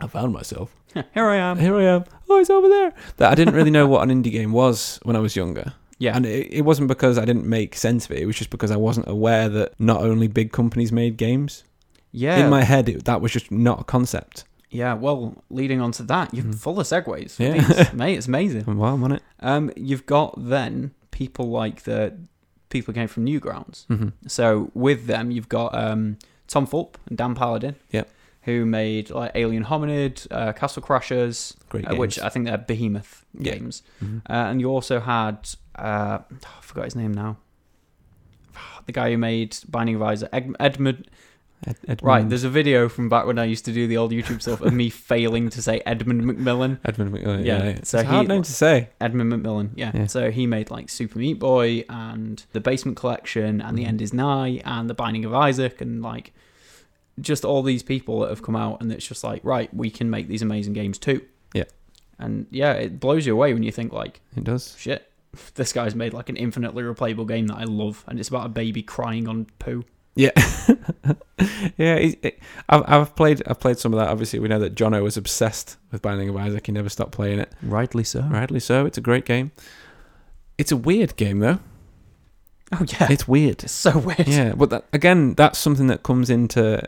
Speaker 1: I found myself.
Speaker 4: Here I am.
Speaker 1: Here I am. Oh, it's over there. That I didn't really know what an indie game was when I was younger.
Speaker 4: Yeah,
Speaker 1: And it, it wasn't because I didn't make sense of it. It was just because I wasn't aware that not only big companies made games.
Speaker 4: yeah,
Speaker 1: In my head, it, that was just not a concept.
Speaker 4: yeah. Well, leading on to that, you're full of segues.
Speaker 1: Hmm. Yeah.
Speaker 4: These, mate, it's amazing.
Speaker 1: And while I'm on it,
Speaker 4: Um, you've got then people like the people who came from Newgrounds.
Speaker 1: Mhm.
Speaker 4: So with them, you've got um, Tom Thorpe and Dan Paladin.
Speaker 1: Yep.
Speaker 4: Who made like Alien Hominid, uh, Castle Crashers,
Speaker 1: great
Speaker 4: uh,
Speaker 1: games.
Speaker 4: which I think they're behemoth
Speaker 1: Yeah.
Speaker 4: games.
Speaker 1: Mhm.
Speaker 4: Uh, and you also had uh, I forgot his name now. The guy who made Binding of Isaac, Ed- Edmund.
Speaker 1: Ed-
Speaker 4: Right,
Speaker 1: Edmund-
Speaker 4: there's a video from back when I used to do the old YouTube stuff of me failing to say Edmund McMillan.
Speaker 1: Edmund McMillan.
Speaker 4: Yeah,
Speaker 1: Yeah, it's
Speaker 4: so
Speaker 1: a hard
Speaker 4: he-
Speaker 1: name to say.
Speaker 4: Edmund McMillan, yeah.
Speaker 1: Yeah.
Speaker 4: So he made like Super Meat Boy and The Basement Collection and The End Is Nigh and The Binding of Isaac and like just all these people that have come out and it's just like, right, we can make these amazing games too.
Speaker 1: Yeah.
Speaker 4: And yeah, it blows you away when you think like,
Speaker 1: It does.
Speaker 4: shit, this guy's made like an infinitely replayable game that I love and it's about a baby crying on poo.
Speaker 1: Yeah, it, it, I've, I've played. I've played some of that. Obviously, we know that Jono was obsessed with Binding of Isaac. He never stopped playing it.
Speaker 4: Rightly so.
Speaker 1: Rightly so. It's a great game. It's a weird game though.
Speaker 4: Oh yeah.
Speaker 1: It's weird.
Speaker 4: It's so weird.
Speaker 1: Yeah, but that, again, that's something that comes into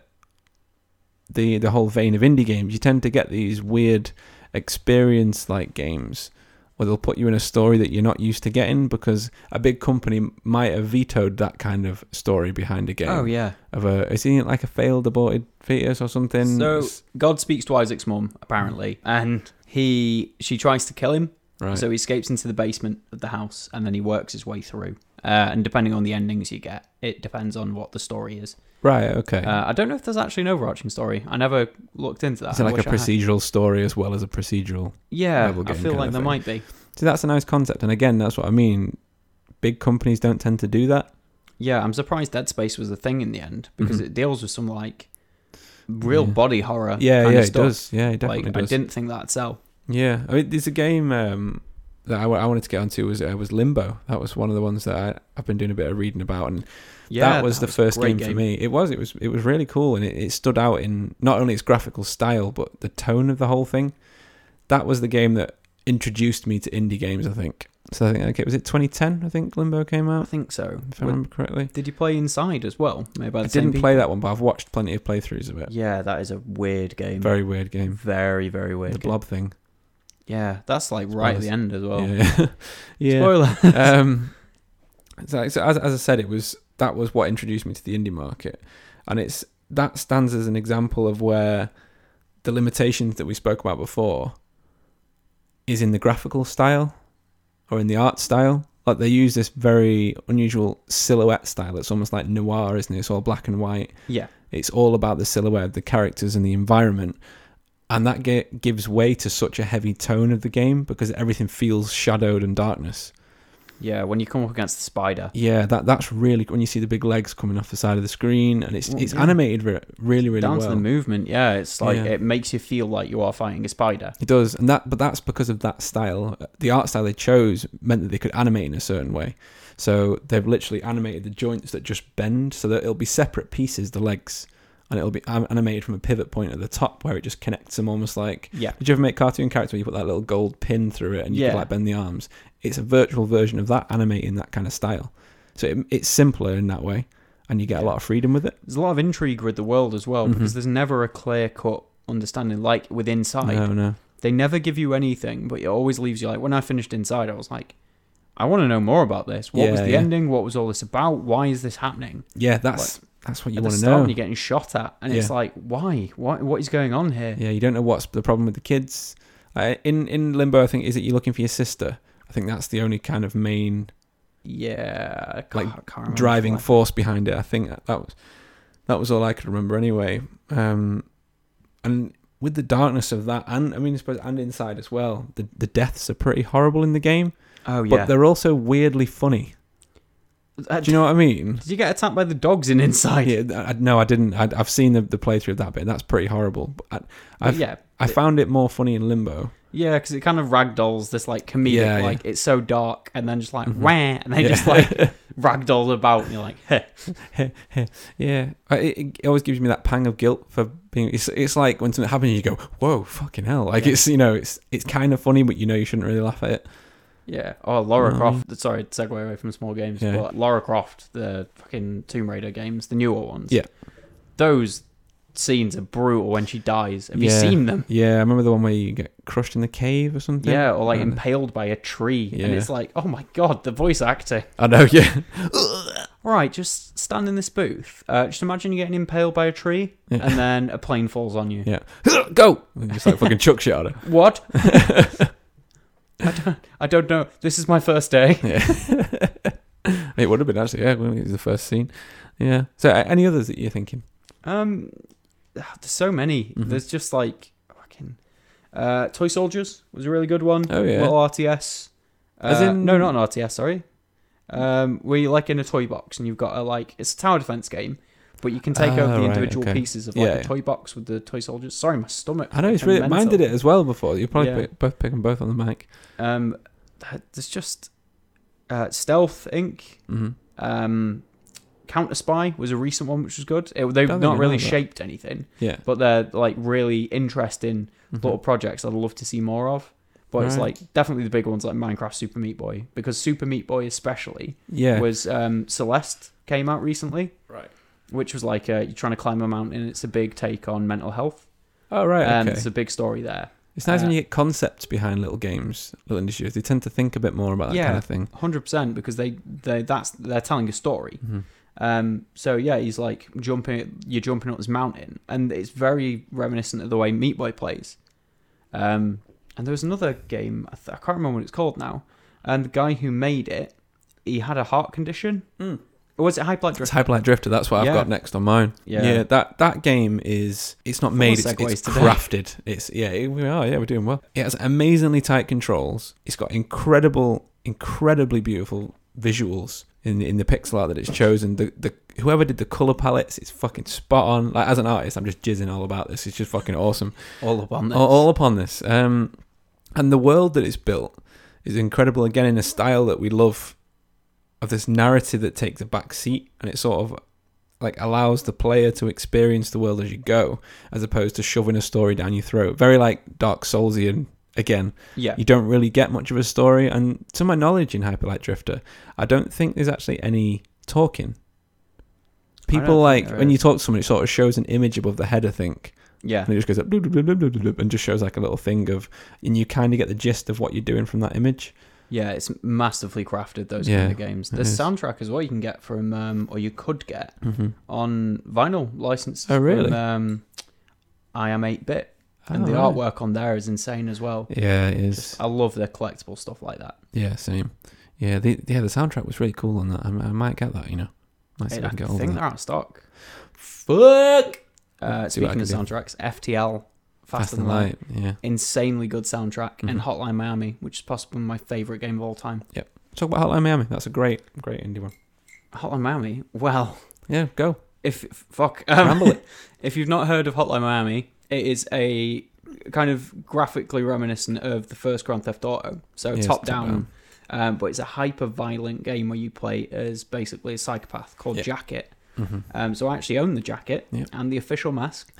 Speaker 1: the the whole vein of indie games. You tend to get these weird experience like games where they'll put you in a story that you're not used to getting because a big company might have vetoed that kind of story behind a game.
Speaker 4: Oh yeah.
Speaker 1: Of a isn't it like a failed aborted fetus or something?
Speaker 4: So-
Speaker 1: It's-
Speaker 4: God speaks to Isaac's mom, apparently, and he she tries to kill him
Speaker 1: Mm. right.
Speaker 4: So he escapes into the basement of the house and then he works his way through. Uh, and depending on the endings you get, it depends on what the story is.
Speaker 1: right, okay.
Speaker 4: Uh, I don't know if there's actually an overarching story. I never looked into that.
Speaker 1: Is it
Speaker 4: I
Speaker 1: like
Speaker 4: wish
Speaker 1: a
Speaker 4: I had.
Speaker 1: procedural story as well as a procedural?
Speaker 4: Yeah,
Speaker 1: level
Speaker 4: I
Speaker 1: game
Speaker 4: feel
Speaker 1: kind
Speaker 4: like
Speaker 1: of
Speaker 4: there
Speaker 1: thing?
Speaker 4: might be.
Speaker 1: See, that's a nice concept, and again, that's what I mean. Big companies don't tend to do that.
Speaker 4: Yeah, I'm surprised Dead Space was a thing in the end because
Speaker 1: Mhm.
Speaker 4: it deals with some like real
Speaker 1: Yeah.
Speaker 4: body horror.
Speaker 1: Yeah,
Speaker 4: kind
Speaker 1: yeah,
Speaker 4: of
Speaker 1: it
Speaker 4: stuff.
Speaker 1: does. Yeah, it definitely
Speaker 4: Like I
Speaker 1: does.
Speaker 4: didn't think that'd sell.
Speaker 1: Yeah, I mean, there's a game um, that I, wa- I wanted to get onto was uh, was Limbo. That was one of the ones that I, I've been doing a bit of reading about, and
Speaker 4: Yeah,
Speaker 1: that was the first
Speaker 4: great
Speaker 1: game, for me. It was, it was, it was really cool, and it, it stood out in not only its graphical style but the tone of the whole thing. That was the game that introduced me to indie games. I think. So I think okay, was it 2010? I think Limbo came
Speaker 4: I
Speaker 1: out,
Speaker 4: think so.
Speaker 1: if I remember correctly.
Speaker 4: Did you play Inside as well? Maybe by
Speaker 1: I
Speaker 4: the same
Speaker 1: didn't play that one, but I've watched plenty of playthroughs of
Speaker 4: people?
Speaker 1: it.
Speaker 4: Yeah, that is a weird game.
Speaker 1: Very weird game.
Speaker 4: very, very weird.
Speaker 1: The
Speaker 4: game.
Speaker 1: blob thing.
Speaker 4: Yeah, that's like right at
Speaker 1: Spoilers.
Speaker 4: the end as well.
Speaker 1: Yeah. yeah.
Speaker 4: Spoiler.
Speaker 1: um, so, so as, as I said, it was that was what introduced me to the indie market, and it's that stands as an example of where the limitations that we spoke about before is in the graphical style or in the art style. Like they use this very unusual silhouette style. It's almost like noir, isn't it? It's all black and white.
Speaker 4: Yeah.
Speaker 1: It's all about the silhouette of the characters and the environment. And that ge- gives way to such a heavy tone of the game because everything feels shadowed and darkness.
Speaker 4: Yeah, when you come up against the spider.
Speaker 1: Yeah, that that's really when you see the big legs coming off the side of the screen, and it's
Speaker 4: Well,
Speaker 1: it's
Speaker 4: yeah.
Speaker 1: animated re- really really
Speaker 4: down
Speaker 1: well.
Speaker 4: to the movement, yeah, it's like
Speaker 1: Yeah.
Speaker 4: it makes you feel like you are fighting a spider.
Speaker 1: It does, and that but that's because of that style. The art style they chose meant that they could animate in a certain way. So they've literally animated the joints that just bend, so that it'll be separate pieces, the legs, and it'll be an- animated from a pivot point at the top where it just connects them almost like.
Speaker 4: Yeah.
Speaker 1: Did you ever make cartoon character where you put that little gold pin through it and you
Speaker 4: Yeah.
Speaker 1: could like bend the arms? It's a virtual version of that, animating that kind of style. So it, it's simpler in that way. and you get a lot of freedom with it.
Speaker 4: There's a lot of intrigue with the world as well because
Speaker 1: Mhm.
Speaker 4: there's never a clear cut understanding. Like with Inside,
Speaker 1: No, no.
Speaker 4: they never give you anything, but it always leaves you like. When I finished Inside, I was like, I want to know more about this. What was
Speaker 1: Yeah,
Speaker 4: the
Speaker 1: yeah.
Speaker 4: ending? What was all this about? Why is this happening?
Speaker 1: Yeah, that's that's what you
Speaker 4: At the
Speaker 1: want to
Speaker 4: start,
Speaker 1: know.
Speaker 4: when you're getting shot at, and it's
Speaker 1: Yeah.
Speaker 4: like, why? What? What is going on here?
Speaker 1: Yeah, you don't know what's the problem with the kids. Uh, in in Limbo, I think is it you're looking for your sister. I think that's the only kind of main
Speaker 4: Yeah, I
Speaker 1: Like,
Speaker 4: can't- can't remember
Speaker 1: driving
Speaker 4: what-
Speaker 1: force behind it. I think that, that was that was all I could remember anyway. Um, and with the darkness of that, and I mean, I suppose, and inside as well, the the deaths are pretty horrible in the game,
Speaker 4: Oh
Speaker 1: but
Speaker 4: yeah.
Speaker 1: they're also weirdly funny.
Speaker 4: Uh,
Speaker 1: Do you know what I mean?
Speaker 4: Did you get attacked by the dogs in Inside?
Speaker 1: Yeah, I, I- no, I didn't. I, I've seen the, the playthrough of that bit. That's pretty horrible. But I,
Speaker 4: But
Speaker 1: I've,
Speaker 4: yeah,
Speaker 1: I found it more funny in Limbo.
Speaker 4: yeah, because it kind of ragdolls this like comedic,
Speaker 1: Yeah, yeah.
Speaker 4: like it's so dark, and then just like
Speaker 1: Mhm.
Speaker 4: wah, and then just like ragdoll about, and you're like, heh.
Speaker 1: yeah, I- it, it always gives me that pang of guilt for being. It's, it's like when something happens, you go, "Whoa, fucking hell!" Like
Speaker 4: Yeah.
Speaker 1: it's you know, it's it's kind of funny, but you know, you shouldn't really laugh at it.
Speaker 4: yeah. Oh, Laura
Speaker 1: Um,
Speaker 4: Croft. Sorry, segue away from small games,
Speaker 1: Yeah.
Speaker 4: but Laura Croft, the fucking Tomb Raider games, the newer ones.
Speaker 1: Yeah.
Speaker 4: those scenes are brutal when she dies. Have
Speaker 1: Yeah.
Speaker 4: you seen them?
Speaker 1: Yeah, I remember the one where you get crushed in the cave or something.
Speaker 4: Yeah, or like
Speaker 1: And-
Speaker 4: impaled by a tree, and
Speaker 1: Yeah.
Speaker 4: it's like, oh my god, the voice acting.
Speaker 1: I know. Yeah,
Speaker 4: All right, just stand in this booth. Uh, just imagine you're getting impaled by a tree,
Speaker 1: Yeah.
Speaker 4: and then a plane falls on you.
Speaker 1: Yeah. go. And just like fucking chuck shit at her.
Speaker 4: What? I don't. I don't know. This is my first day.
Speaker 1: Yeah. it would have been actually. Yeah, when it was the first scene. Yeah. So, a- any others that you're thinking?
Speaker 4: Um, ah, there's so many.
Speaker 1: Mhm.
Speaker 4: There's just like fucking. Uh, Toy Soldiers was a really good one.
Speaker 1: Oh, yeah.
Speaker 4: Little RTS. Uh,
Speaker 1: As in-
Speaker 4: no, not an RTS. Sorry. Um, where you're like in a toy box and you've got a like it's a tower defense game, but you can take
Speaker 1: Ah,
Speaker 4: over the
Speaker 1: right,
Speaker 4: individual
Speaker 1: okay.
Speaker 4: pieces of like
Speaker 1: Yeah,
Speaker 4: a
Speaker 1: yeah.
Speaker 4: toy box with the toy soldiers. Sorry, my stomach.
Speaker 1: I know it's
Speaker 4: became
Speaker 1: really. Mine
Speaker 4: mental.
Speaker 1: did it as well before. You probably
Speaker 4: Yeah.
Speaker 1: pick- both pick them both on the mic.
Speaker 4: Um, th- there's just uh, Stealth Inc.
Speaker 1: Mm-hmm.
Speaker 4: Um, Counter Spy was a recent one which was good. It, they've
Speaker 1: Don't think I
Speaker 4: not
Speaker 1: know
Speaker 4: really
Speaker 1: that.
Speaker 4: shaped anything,
Speaker 1: Yeah.
Speaker 4: but they're like really interesting
Speaker 1: Mhm.
Speaker 4: little projects I'd love to see more of. But it's
Speaker 1: Right.
Speaker 4: like definitely the big ones like Minecraft, Super Meat Boy, because Super Meat Boy especially
Speaker 1: Mm-hmm. Yeah.
Speaker 4: was um, Celeste came out recently,
Speaker 1: Right.
Speaker 4: which was like uh, you're trying to climb a mountain. It's a big take on mental health.
Speaker 1: Oh right.
Speaker 4: Um,
Speaker 1: okay.
Speaker 4: It's a big story there.
Speaker 1: It's nice when
Speaker 4: Uh,
Speaker 1: you get concepts behind little games, little industries. They tend to think a bit more about that
Speaker 4: Yeah.
Speaker 1: kind of thing.
Speaker 4: hundred percent because they they that's they're telling a story.
Speaker 1: Mhm.
Speaker 4: Um, so yeah, he's like jumping. You're jumping up this mountain, and it's very reminiscent of the way Meat Boy plays. Um, and there was another game I, th- I can't remember what it's called now. And the guy who made it, he had a heart condition.
Speaker 1: Mm.
Speaker 4: Or was it Hype Light
Speaker 1: It's
Speaker 4: Drift?
Speaker 1: Hyper Light Drifter. That's what
Speaker 4: Yeah.
Speaker 1: I've got next on mine.
Speaker 4: Yeah.
Speaker 1: that that game is it's not made. It's,
Speaker 4: segues
Speaker 1: it's
Speaker 4: today.
Speaker 1: crafted. It's yeah. It, we are yeah. We're doing well. It has amazingly tight controls. It's got incredible, incredibly beautiful visuals in in the pixel art that it's chosen. The the whoever did the color palettes, it's fucking spot on. Like as an artist, I'm just jizzing all about this. It's just fucking awesome.
Speaker 4: All up on this.
Speaker 1: All, all upon this. Um, and the world that it's built is incredible again in a style that we love of this narrative that takes a back seat and it sort of like allows the player to experience the world as you go as opposed to shoving a story down your throat. Very like Dark Soulsian again.
Speaker 4: yeah.
Speaker 1: You don't really get much of a story and to my knowledge in Hyperlight Drifter, I don't think there's actually any talking.
Speaker 4: I don't
Speaker 1: People
Speaker 4: think
Speaker 1: like
Speaker 4: there
Speaker 1: when you
Speaker 4: is.
Speaker 1: talk to someone it sort of shows an image above the head I think
Speaker 4: Yeah.
Speaker 1: and it just goes up bloop, bloop, bloop, bloop, bloop, bloop, and just shows like a little thing of, and you kind of get the gist of what you're doing from that image.
Speaker 4: Yeah, it's masterfully crafted those
Speaker 1: Yeah,
Speaker 4: kind of games.
Speaker 1: it
Speaker 4: There's
Speaker 1: is.
Speaker 4: soundtrack as well you can get from um, or you could get
Speaker 1: Mm-hmm.
Speaker 4: on vinyl license.
Speaker 1: Oh, really?
Speaker 4: From, um, I am 8 bit. and the artwork on there is insane as well.
Speaker 1: Oh, Yeah, it is.
Speaker 4: I love their collectible stuff like that.
Speaker 1: Yeah, same. Yeah, the yeah the soundtrack was really cool on that. I, I might get that. You know, might see if
Speaker 4: I
Speaker 1: I can get
Speaker 4: think
Speaker 1: hold of
Speaker 4: they're
Speaker 1: that.
Speaker 4: out of stock.
Speaker 1: Fuck.
Speaker 4: Uh,
Speaker 1: See what I
Speaker 4: speaking of
Speaker 1: can
Speaker 4: soundtracks, FTL, Fast,
Speaker 1: Fast
Speaker 4: and
Speaker 1: and
Speaker 4: Light,
Speaker 1: light. Yeah.
Speaker 4: insanely good soundtrack, and
Speaker 1: Mhm.
Speaker 4: Hotline Miami, which is possibly my favorite game of all time.
Speaker 1: Talk about Hotline Miami. That's a great, great indie one.
Speaker 4: Hotline Miami, well,
Speaker 1: Yeah, go.
Speaker 4: if if- fuck,
Speaker 1: Ramble
Speaker 4: um, if you've not heard of Hotline Miami, it is a kind of graphically reminiscent of the first Grand Theft Auto, so
Speaker 1: Yeah, it's
Speaker 4: top down. Um, but it's a hyper violent game where you play as basically a psychopath called
Speaker 1: Yeah.
Speaker 4: Jacket.
Speaker 1: Mm-hmm.
Speaker 4: Um, so I actually own the jacket
Speaker 1: Yep.
Speaker 4: and the official mask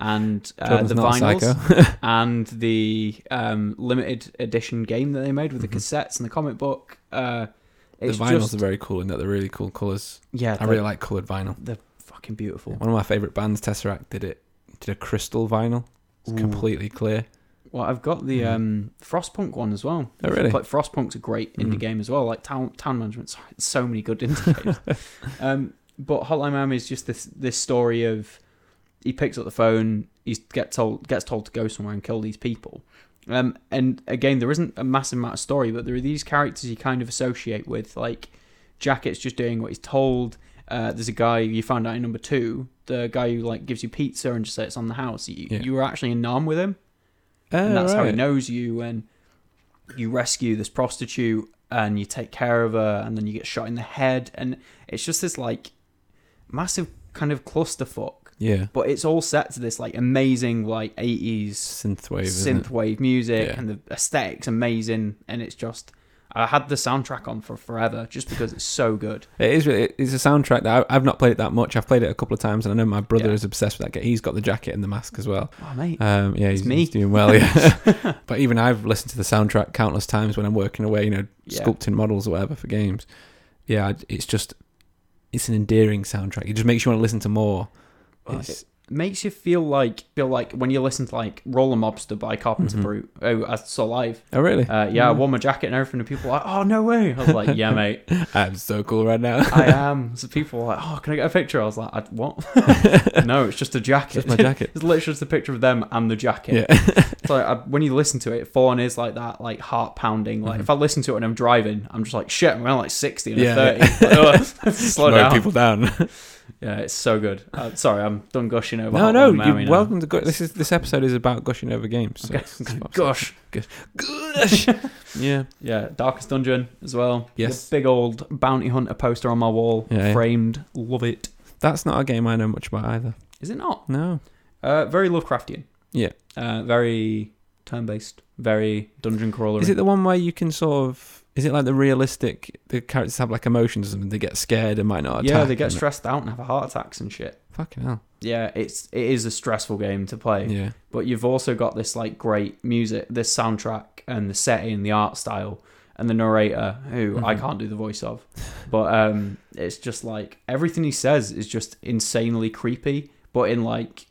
Speaker 4: and uh,
Speaker 1: Jordan's
Speaker 4: the
Speaker 1: not a
Speaker 4: vinyls
Speaker 1: psycho.
Speaker 4: and the um, limited edition game that they made with
Speaker 1: Mhm.
Speaker 4: the cassettes and the comic book. Uh,
Speaker 1: The
Speaker 4: It's
Speaker 1: vinyls
Speaker 4: just
Speaker 1: are very cool in that they're really cool colours.
Speaker 4: yeah.
Speaker 1: I
Speaker 4: they're
Speaker 1: really like coloured vinyl.
Speaker 4: fucking beautiful.
Speaker 1: One of my favourite bands, Tesseract, did it. Did a crystal vinyl. It's
Speaker 4: Ooh.
Speaker 1: completely clear. Oh,
Speaker 4: Well, I've got the
Speaker 1: Mhm.
Speaker 4: um, Frostpunk one as well.
Speaker 1: Oh, really?
Speaker 4: Like Frostpunk's a great indie
Speaker 1: Mhm.
Speaker 4: game as well. Like Town Town Management, so- so many good indie games. Um, but Hotline Miami is just this this story of he picks up the phone, he gets told gets told to go somewhere and kill these people. Um, and again, there isn't a massive amount of story, but there are these characters you kind of associate with. Like Jacket's just doing what he's told. Uh, there's a guy you found out in number two, the guy who like gives you pizza and just says it's on the house. You,
Speaker 1: Yeah.
Speaker 4: you were actually in arm with him
Speaker 1: Oh,
Speaker 4: and that's how he
Speaker 1: right.
Speaker 4: knows you. And you rescue this prostitute, and you take care of her, and then you get shot in the head, and it's just this like massive kind of clusterfuck.
Speaker 1: Yeah.
Speaker 4: But it's all set to this like amazing like eighties
Speaker 1: Synthwave. Isn't it?
Speaker 4: synthwave music,
Speaker 1: Yeah.
Speaker 4: and the aesthetics amazing, and it's just. I had the soundtrack on for forever just because it's so good.
Speaker 1: It is really. It's a soundtrack that I, I've not played it that much. I've played it a couple of times, and I know my brother
Speaker 4: Yeah.
Speaker 1: is obsessed with that game. He's got the jacket and the mask as well.
Speaker 4: Oh mate,
Speaker 1: Um, yeah,
Speaker 4: It's
Speaker 1: he's,
Speaker 4: me.
Speaker 1: he's doing well. Yeah, but even I've listened to the soundtrack countless times when I'm working away, you know,
Speaker 4: Yeah.
Speaker 1: sculpting models or whatever for games. Yeah, I- it's just it's an endearing soundtrack. It just makes you want to listen to more.
Speaker 4: Well,
Speaker 1: It's-
Speaker 4: makes you feel like feel like when you listen to like Roller Mobster by Carpenter
Speaker 1: Mhm.
Speaker 4: Brute. Oh, I saw live.
Speaker 1: oh, really?
Speaker 4: Uh, yeah, I
Speaker 1: Mm.
Speaker 4: wore my jacket and everything, and people were like, "Oh no way!" I was like, "Yeah, mate,
Speaker 1: I'm so cool right now.
Speaker 4: I am." So people were like, "Oh, can I get a picture?" I was like, I, "What? no, it's just a jacket.
Speaker 1: Just my jacket.
Speaker 4: it's literally just a picture of them and the jacket."
Speaker 1: Yeah.
Speaker 4: So I, when you listen to it, Fawn is like that, like heart pounding. Like if I listen to it and I'm driving, I'm just like, "Shit, I'm around like sixty and
Speaker 1: Mm-hmm. Yeah.
Speaker 4: a 30. Like, oh, slow
Speaker 1: Slow
Speaker 4: down.
Speaker 1: people down.
Speaker 4: Yeah, it's so good. Uh, sorry, I'm done gushing over.
Speaker 1: no,
Speaker 4: Hotline
Speaker 1: no,
Speaker 4: Miami
Speaker 1: you're
Speaker 4: now.
Speaker 1: welcome to go. This is this episode is about gushing over games. So
Speaker 4: Okay,
Speaker 1: it's-
Speaker 4: I'm gonna
Speaker 1: it's-
Speaker 4: gush.
Speaker 1: Gush. yeah.
Speaker 4: Yeah, Darkest Dungeon as well.
Speaker 1: Yes.
Speaker 4: The big old bounty hunter poster on my wall,
Speaker 1: Yeah, yeah.
Speaker 4: framed. Love it.
Speaker 1: That's not a game I know much about either.
Speaker 4: Is it not?
Speaker 1: No.
Speaker 4: Uh, very Lovecraftian.
Speaker 1: Yeah.
Speaker 4: Uh, very turn based. Very dungeon crawler.
Speaker 1: Is it the one where you can sort of? Is it like the realistic? The characters have like emotions or something. They get scared and might not.
Speaker 4: yeah,
Speaker 1: attack
Speaker 4: they get
Speaker 1: and-
Speaker 4: stressed out and have heart attacks and shit.
Speaker 1: Fucking hell.
Speaker 4: Yeah, it's it is a stressful game to play.
Speaker 1: Yeah.
Speaker 4: But you've also got this like great music, this soundtrack and the setting, the art style, and the narrator who I
Speaker 1: Mhm.
Speaker 4: can't do the voice of. But um it's just like everything he says is just insanely creepy, but in like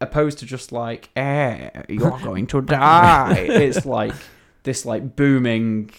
Speaker 4: opposed to just like, eh, you're going to die. It's like this like booming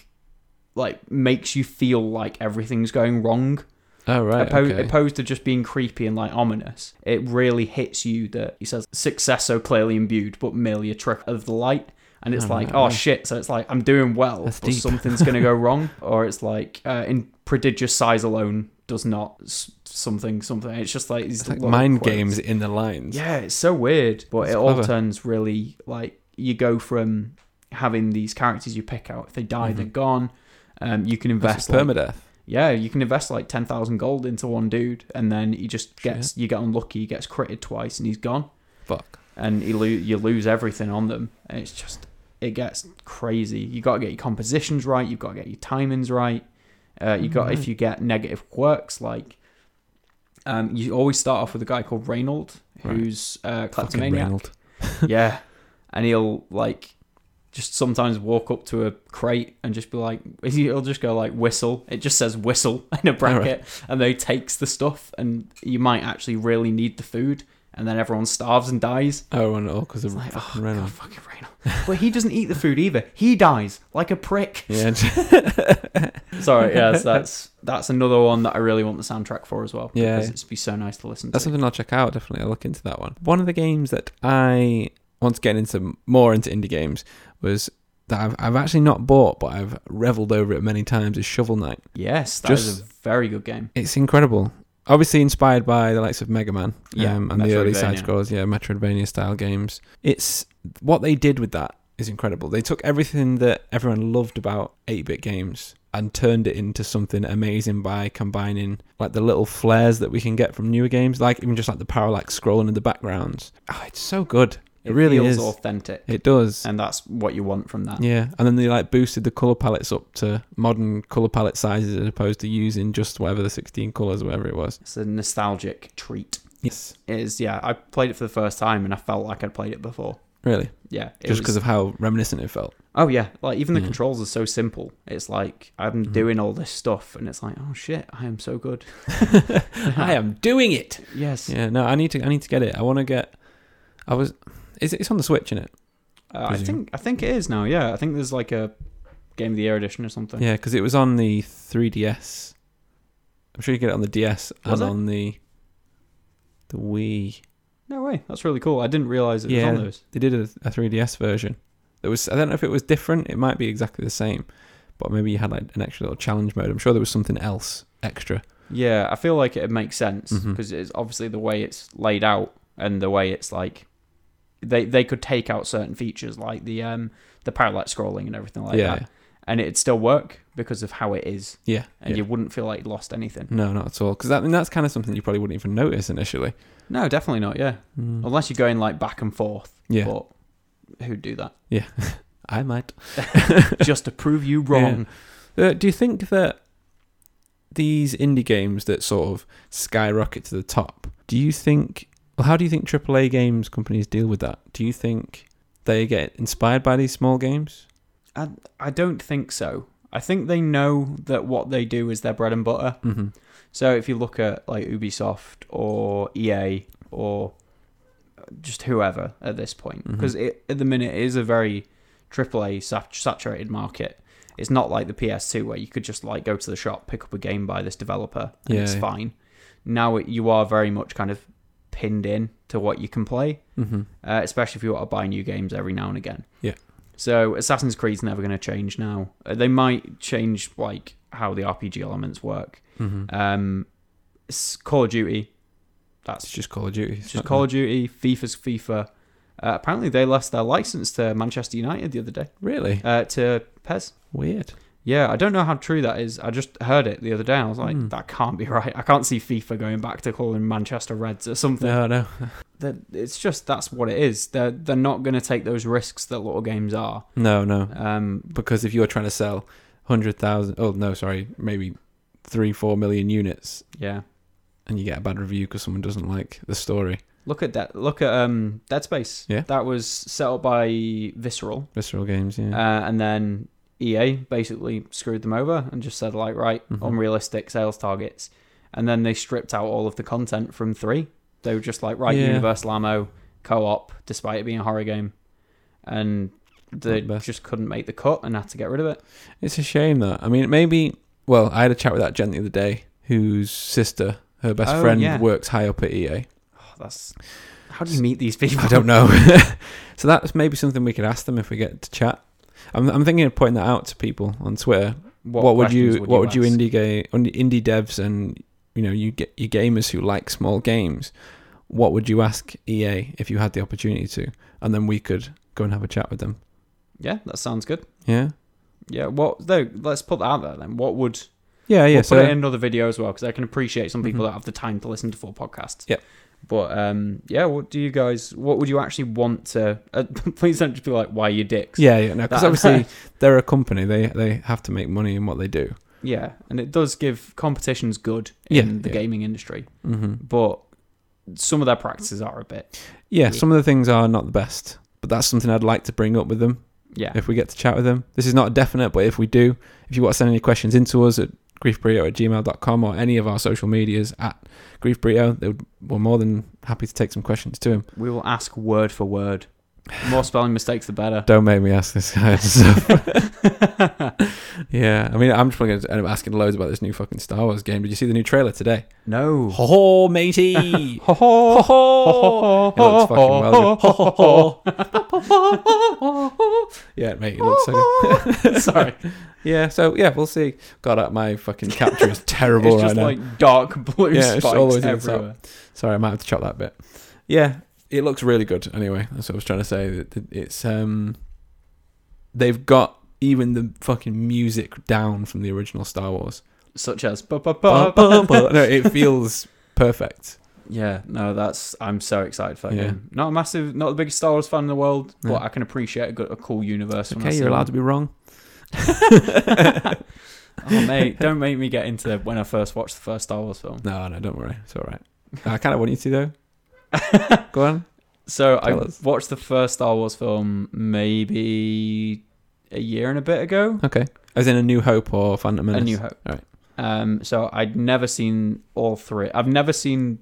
Speaker 4: like makes you feel like everything's going wrong
Speaker 1: Oh right.
Speaker 4: Oppo-
Speaker 1: okay.
Speaker 4: opposed to just being creepy and like ominous it really hits you that he says success so clearly imbued but merely a trick of the light and it's
Speaker 1: Oh,
Speaker 4: like
Speaker 1: right,
Speaker 4: oh
Speaker 1: right.
Speaker 4: shit so it's like i'm doing well
Speaker 1: That's
Speaker 4: but
Speaker 1: deep.
Speaker 4: something's gonna go wrong or it's like uh, in prodigious size alone does not s- something something it's just like these
Speaker 1: it's like
Speaker 4: little
Speaker 1: mind
Speaker 4: quotes.
Speaker 1: games in the lines.
Speaker 4: yeah it's so weird but
Speaker 1: That's
Speaker 4: it all
Speaker 1: clever.
Speaker 4: turns really like you go from having these characters you pick out if they die they're gone um, you can
Speaker 1: Mm-hmm. That's
Speaker 4: invest like,
Speaker 1: permadeath.
Speaker 4: yeah, you can invest like ten thousand gold into one dude, and then he just
Speaker 1: Shit.
Speaker 4: gets you get unlucky, he gets critted twice, and he's gone,
Speaker 1: Fuck.
Speaker 4: and he lo- you lose everything on them, and it's just it gets crazy. You got to get your compositions right, you've got to get your timings right. Uh, you got
Speaker 1: Mm-hmm.
Speaker 4: if you get negative quirks like. Um, you always start off with a guy called Reynold,
Speaker 1: Right.
Speaker 4: who's uh,
Speaker 1: Fucking
Speaker 4: kleptomaniac
Speaker 1: Reynold.
Speaker 4: yeah and he'll like just sometimes walk up to a crate and just be like he'll just go like whistle it just says whistle in a bracket and then he takes the stuff and you might actually really need the food and then everyone starves and dies
Speaker 1: Oh, and all because of
Speaker 4: It's like,
Speaker 1: fucking
Speaker 4: oh,
Speaker 1: Reynold.
Speaker 4: God, fucking Reynold. but he doesn't eat the food either he dies like a prick
Speaker 1: Yeah.
Speaker 4: sorry yes that's that's another one that i really want the soundtrack for as well
Speaker 1: Yeah.
Speaker 4: because it'd be so nice to listen
Speaker 1: That's
Speaker 4: to
Speaker 1: something I'll check out. Definitely, I'll look into that one. One of the games that I want to get into more into indie games was that I've, I've actually not bought, but I've reveled over it many times. Is Shovel Knight.
Speaker 4: yes that is
Speaker 1: Just-
Speaker 4: a very good game
Speaker 1: It's incredible. Obviously inspired by the likes of Mega Man
Speaker 4: Yeah,
Speaker 1: um, and the early
Speaker 4: Metroidvania.
Speaker 1: side scrollers, yeah, Metroidvania style games. It's what they did with that is incredible. They took everything that everyone loved about 8-bit games and turned it into something amazing by combining like the little flares that we can get from newer games, like even just like the parallax scrolling in the backgrounds. Oh, it's so good. It, really
Speaker 4: feels
Speaker 1: is.
Speaker 4: authentic
Speaker 1: It does.
Speaker 4: and that's what you want from that
Speaker 1: Yeah, and then they like boosted the color palettes up to modern color palette sizes as opposed to using just whatever the 16 colors or whatever it was.
Speaker 4: It's a nostalgic treat.
Speaker 1: Yes.
Speaker 4: It is, yeah. I played it for the first time and I felt like I'd played it before.
Speaker 1: Really,
Speaker 4: Yeah, it
Speaker 1: just
Speaker 4: was-
Speaker 1: because of how reminiscent it felt.
Speaker 4: Oh yeah, like even the
Speaker 1: Yeah. Mm-hmm.
Speaker 4: controls are so simple. It's like I'm doing all this stuff, and it's like, oh shit, I am so good.
Speaker 1: I am doing it.
Speaker 4: Yes,
Speaker 1: Yeah, no, I need to. I need to get it. I want to get. I was. Is it, it's on the Switch, isn't it?
Speaker 4: uh, I
Speaker 1: Presume.
Speaker 4: think I think it is now. Yeah, I think there's like a game of the year edition or something.
Speaker 1: Yeah, because it was on the 3DS. I'm sure you get it on the DS
Speaker 4: Was
Speaker 1: and
Speaker 4: it?
Speaker 1: on the the Wii.
Speaker 4: No way, that's really cool. I didn't realize it
Speaker 1: Yeah.
Speaker 4: was on those.
Speaker 1: They did a, a 3DS version. There was. I don't know if it was different. It might be exactly the same, but maybe you had like an extra little challenge mode. I'm sure there was something else extra.
Speaker 4: Yeah, I feel like it makes sense
Speaker 1: Mhm.
Speaker 4: because it's obviously the way it's laid out and the way it's like they they could take out certain features like the um the parallax scrolling and everything like
Speaker 1: yeah.
Speaker 4: that, and it'd still work because of how it is,
Speaker 1: Yeah.
Speaker 4: and
Speaker 1: yeah.
Speaker 4: you wouldn't feel like you lost anything.
Speaker 1: No, not at all. Because I mean, that's kind of something you probably wouldn't even notice initially.
Speaker 4: No, definitely not. Yeah,
Speaker 1: Mm.
Speaker 4: unless you're going like back and forth.
Speaker 1: Yeah.
Speaker 4: But who'd do that?
Speaker 1: I might.
Speaker 4: Just to prove you wrong.
Speaker 1: Uh, do you think that these indie games that sort of skyrocket to the top, do you think, well, how do you think AAA games companies deal with that? Do you think they get inspired by these small games?
Speaker 4: I don't think so. I think they know that what they do is their bread and butter.
Speaker 1: Mm-hmm.
Speaker 4: So if you look at like Ubisoft or EA or just whoever at this point,
Speaker 1: Mhm.
Speaker 4: because at the minute it is a very AAA sat- saturated market. It's not like the PS2 where you could just like go to the shop, pick up a game by this developer, and it's
Speaker 1: Yeah.
Speaker 4: fine. Now it, you are very much kind of pinned in to what you can play.
Speaker 1: Mm-hmm.
Speaker 4: uh, especially if you want to buy new games every now and again.
Speaker 1: Yeah.
Speaker 4: So Assassin's Creed's never going to change now. Uh, They might change like how the RPG elements work.
Speaker 1: Mm-hmm.
Speaker 4: Um, s- Call of Duty, that's
Speaker 1: It's just Call of Duty. It's
Speaker 4: just
Speaker 1: not-
Speaker 4: Call of Duty. FIFA's FIFA. Uh, apparently, they lost their license to Manchester United the other day
Speaker 1: Really?
Speaker 4: uh, to Pez.
Speaker 1: Weird.
Speaker 4: Yeah, I don't know how true that is. I just heard it the other day. I was like,
Speaker 1: Hmm.
Speaker 4: that can't be right. I can't see FIFA going back to calling Manchester Reds or something
Speaker 1: No, no.
Speaker 4: that it's just that's what it is. They're they're not going to take those risks that little games are.
Speaker 1: No, no.
Speaker 4: Um,
Speaker 1: Because if you're trying to sell 100,000, oh, no, sorry, maybe three, four million units
Speaker 4: yeah,
Speaker 1: and you get a bad review because someone doesn't like the story,
Speaker 4: look at that. Look at um, Dead Space.
Speaker 1: Yeah.
Speaker 4: that was set up by Visceral,
Speaker 1: visceral games, yeah.
Speaker 4: uh, and then EA basically screwed them over and just said like, right,
Speaker 1: Mhm.
Speaker 4: unrealistic sales targets, and then they stripped out all of the content from three. They were just like, right,
Speaker 1: Yeah.
Speaker 4: universal ammo, co-op, despite it being a horror game, and they
Speaker 1: Not the best.
Speaker 4: just couldn't make the cut and had to get rid of it.
Speaker 1: It's a shame that. I mean, maybe. Well, I had a chat with that gent the other day, whose sister, her best
Speaker 4: Oh,
Speaker 1: friend,
Speaker 4: yeah.
Speaker 1: works high up at EA.
Speaker 4: Oh, that's how do you meet these people?
Speaker 1: I don't know. so that's maybe something we could ask them if we get to chat. I'm, I'm thinking of pointing that out to people on Twitter. What, would you,
Speaker 4: questions
Speaker 1: What would you
Speaker 4: ask?
Speaker 1: indie ga- indie devs and you know you get your gamers who like small games? What would you ask EA if you had the opportunity to? And then we could go and have a chat with them.
Speaker 4: Yeah, that sounds good.
Speaker 1: Yeah.
Speaker 4: Yeah, what though? Let's put that out there then. What would?
Speaker 1: Yeah. Yeah.
Speaker 4: we'll
Speaker 1: so
Speaker 4: put it in another video as well because I can appreciate some people
Speaker 1: Mhm.
Speaker 4: that have the time to listen to full podcasts.
Speaker 1: Yep.
Speaker 4: But um, yeah, what do you guys? What would you actually want to? Uh, please don't just be like, "Why you dicks?"
Speaker 1: yeah, yeah, no, because
Speaker 4: That-
Speaker 1: obviously they're a company; they they have to make money in what they do.
Speaker 4: yeah, and it does give competition's good
Speaker 1: Yeah,
Speaker 4: in the
Speaker 1: yeah.
Speaker 4: gaming industry,
Speaker 1: Mm-hmm.
Speaker 4: but some of their practices are a bit.
Speaker 1: Yeah,
Speaker 4: Yeah.
Speaker 1: some of the things are not the best, but that's something I'd like to bring up with them
Speaker 4: Yeah,
Speaker 1: if we get to chat with them. This is not a definite, but if we do, if you want to send any questions into us at griefburrito at gmail.com or any of our social medias at griefburrito, they would, we're more than happy to take some questions to him.
Speaker 4: we will ask word for word. The more spelling mistakes, the better.
Speaker 1: Don't make me ask this guy. yeah, I mean, I'm just probably going to end up asking loads about this new fucking Star Wars game. Did you see the new trailer today?
Speaker 4: no.
Speaker 5: Ho ho, matey.
Speaker 4: Ho ho ho
Speaker 1: It looks fucking well good.
Speaker 5: ho ho ho.
Speaker 1: Yeah, mate, it looks so good.
Speaker 4: Sorry,
Speaker 1: Yeah, so yeah, we'll see. God, uh, my fucking capture is terrible
Speaker 4: it's
Speaker 1: right
Speaker 4: just
Speaker 1: now.
Speaker 4: like dark blue
Speaker 1: Yeah, it's all the way
Speaker 4: spikes
Speaker 1: to the top.
Speaker 4: everywhere.
Speaker 1: Sorry, I might have to chop that bit. Yeah, it looks really good. Anyway, that's what I was trying to say. It- it- It's um, they've got even the fucking music down from the original Star Wars.
Speaker 4: Such as
Speaker 1: no, it feels perfect.
Speaker 4: yeah, no, that's I'm so excited for that
Speaker 1: Yeah.
Speaker 4: game. Not a massive, not the biggest Star Wars fan in the world,
Speaker 1: Yeah.
Speaker 4: but I can appreciate a, good, a cool universe. when I
Speaker 1: Okay,
Speaker 4: see
Speaker 1: you're allowed to
Speaker 4: one.
Speaker 1: be wrong.
Speaker 4: Oh mate, don't make me get into when I first watched the first Star Wars film.
Speaker 1: Uh, No, no, don't worry. It's all right. I kind of want you to though. Go on.
Speaker 4: So I
Speaker 1: Tell us.
Speaker 4: watched the first Star Wars film maybe a year and a bit ago.
Speaker 1: Okay. As in A New Hope or Phantom Menace?
Speaker 4: A New Hope.
Speaker 1: Alright.
Speaker 4: Um, so I'd never seen all three. I've never seen.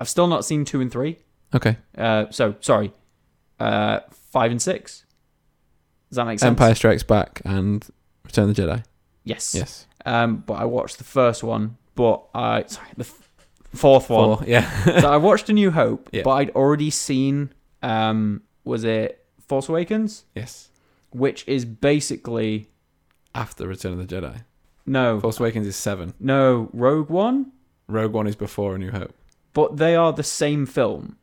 Speaker 4: I've still not seen two and three.
Speaker 1: Okay.
Speaker 4: Uh, so sorry, uh, five and six. Does that make sense?
Speaker 1: Empire Strikes Back and Return of the Jedi.
Speaker 4: Yes.
Speaker 1: Yes.
Speaker 4: Um, but I watched the first one, but I sorry the f- fourth one.
Speaker 1: Four. Yeah.
Speaker 4: so I watched A New Hope,
Speaker 1: Yeah.
Speaker 4: but I'd already seen um was it Force Awakens,
Speaker 1: yes.
Speaker 4: which is basically
Speaker 1: After Return of the Jedi.
Speaker 4: no
Speaker 1: Force Awakens is seven.
Speaker 4: no Rogue One,
Speaker 1: Rogue One is before A New Hope.
Speaker 4: but they are the same film.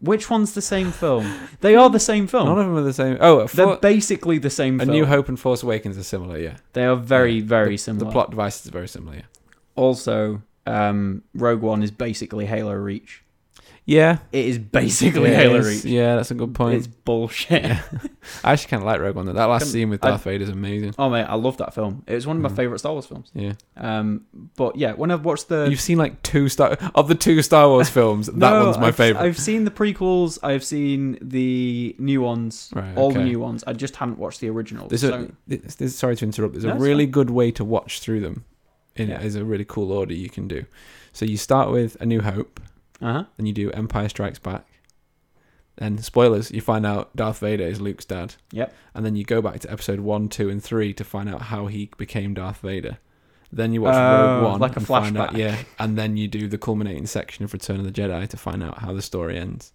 Speaker 4: Which one's the same film? They are the same film.
Speaker 1: None of them are the same. Oh,
Speaker 4: They're
Speaker 1: for,
Speaker 4: basically the same
Speaker 1: A
Speaker 4: film.
Speaker 1: New Hope and Force Awakens are similar, yeah.
Speaker 4: They are very
Speaker 1: Yeah.
Speaker 4: very
Speaker 1: the,
Speaker 4: similar.
Speaker 1: The plot devices are very similar, yeah.
Speaker 4: also um Rogue One is basically Halo Reach.
Speaker 1: Yeah.
Speaker 4: It is basically
Speaker 1: Yeah,
Speaker 4: Halo
Speaker 1: it
Speaker 4: Reach.
Speaker 1: is. Yeah, that's a good point.
Speaker 4: It's bullshit.
Speaker 1: I actually kind of like Rogue One. Though. That last
Speaker 4: Can-
Speaker 1: scene with
Speaker 4: I-
Speaker 1: Darth Vader is amazing.
Speaker 4: Oh mate, I love that film. It was one of my
Speaker 1: Mhm.
Speaker 4: favorite Star Wars films.
Speaker 1: Yeah,
Speaker 4: Um, but yeah, when I've watched the
Speaker 1: you've seen like two Star of the two Star Wars films. That
Speaker 4: No,
Speaker 1: one's my
Speaker 4: I've,
Speaker 1: favorite.
Speaker 4: I've seen the prequels. I've seen the new ones,
Speaker 1: Right,
Speaker 4: all the
Speaker 1: okay.
Speaker 4: new ones. I just haven't watched the original.
Speaker 1: There's
Speaker 4: so,
Speaker 1: a, there's, there's- sorry to interrupt. There's
Speaker 4: No,
Speaker 1: a
Speaker 4: it's
Speaker 1: really good way to watch through them. In
Speaker 4: Yeah.
Speaker 1: is a really cool order you can do. So you start with A New Hope,
Speaker 4: uh-huh.
Speaker 1: then you do Empire Strikes Back. Then spoilers, you find out Darth Vader is Luke's dad.
Speaker 4: Yep.
Speaker 1: And then you go back to episode one, two, and three to find out how he became Darth Vader. Then you watch Rogue
Speaker 4: Oh,
Speaker 1: One,
Speaker 4: like a
Speaker 1: and find out-
Speaker 4: flashback.
Speaker 1: yeah. And then you do the culminating section of Return of the Jedi to find out how the story ends.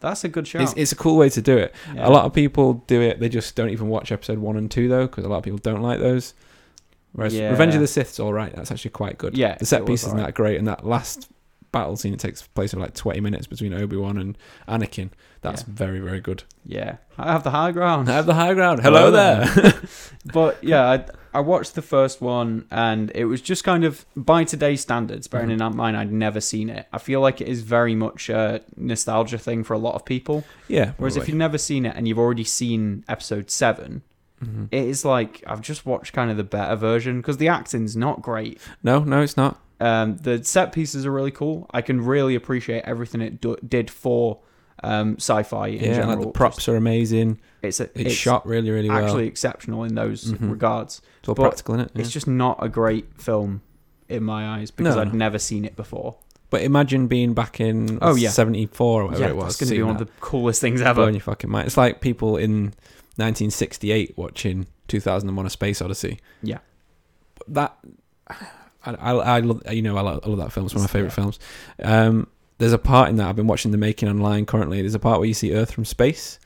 Speaker 4: That's a good show.
Speaker 1: It's, it's a cool way to do it.
Speaker 4: yeah.
Speaker 1: A lot of people do it. They just don't even watch episode one and two though, because a lot of people don't like those. Whereas
Speaker 4: Yeah.
Speaker 1: Revenge of the Sith's all right. That's actually quite good.
Speaker 4: Yeah,
Speaker 1: the
Speaker 4: it
Speaker 1: set
Speaker 4: was
Speaker 1: piece isn't
Speaker 4: alright.
Speaker 1: that great, and that last battle scene that takes place in like twenty minutes between Obi Wan and Anakin. That's very very good.
Speaker 4: Yeah, I have the high ground.
Speaker 1: I have the high ground. Hello
Speaker 4: Hello
Speaker 1: there.
Speaker 4: but yeah, I, I watched the first one, and it was just kind of by today's standards. Bearing
Speaker 1: Mm-hmm.
Speaker 4: in mind, I'd never seen it. I feel like it is very much a nostalgia thing for a lot of people.
Speaker 1: yeah.
Speaker 4: Whereas if you've never seen it and you've already seen episode seven,
Speaker 1: Mhm.
Speaker 4: it is like I've just watched kind of the better version because the acting's not great.
Speaker 1: no, no, it's not.
Speaker 4: Um, the set pieces are really cool. I can really appreciate everything it do- did for um, sci-fi in
Speaker 1: yeah, and,
Speaker 4: general.
Speaker 1: like the props are amazing.
Speaker 4: it's a,
Speaker 1: It's, shot really really well.
Speaker 4: actually exceptional in those
Speaker 1: Mhm.
Speaker 4: regards.
Speaker 1: it's all
Speaker 4: but
Speaker 1: practical in it.
Speaker 4: It's just not a great film in my eyes because
Speaker 1: No.
Speaker 4: I'd never seen it before.
Speaker 1: But imagine being back in
Speaker 4: Oh, yeah.
Speaker 1: seventy four or whatever
Speaker 4: yeah,
Speaker 1: it was.
Speaker 4: that's going to be
Speaker 1: seeing
Speaker 4: one
Speaker 1: that.
Speaker 4: of the coolest things
Speaker 1: blowing
Speaker 4: ever.
Speaker 1: your fucking mind. It's like people in 1968 watching 2001: A Space Odyssey.
Speaker 4: Yeah.
Speaker 1: But that I, I, I love you know I love, I love that film. It's one of my favorite
Speaker 4: Yeah.
Speaker 1: films. Um, there's a part in that I've been watching the making online currently. There's a part where you see Earth from space,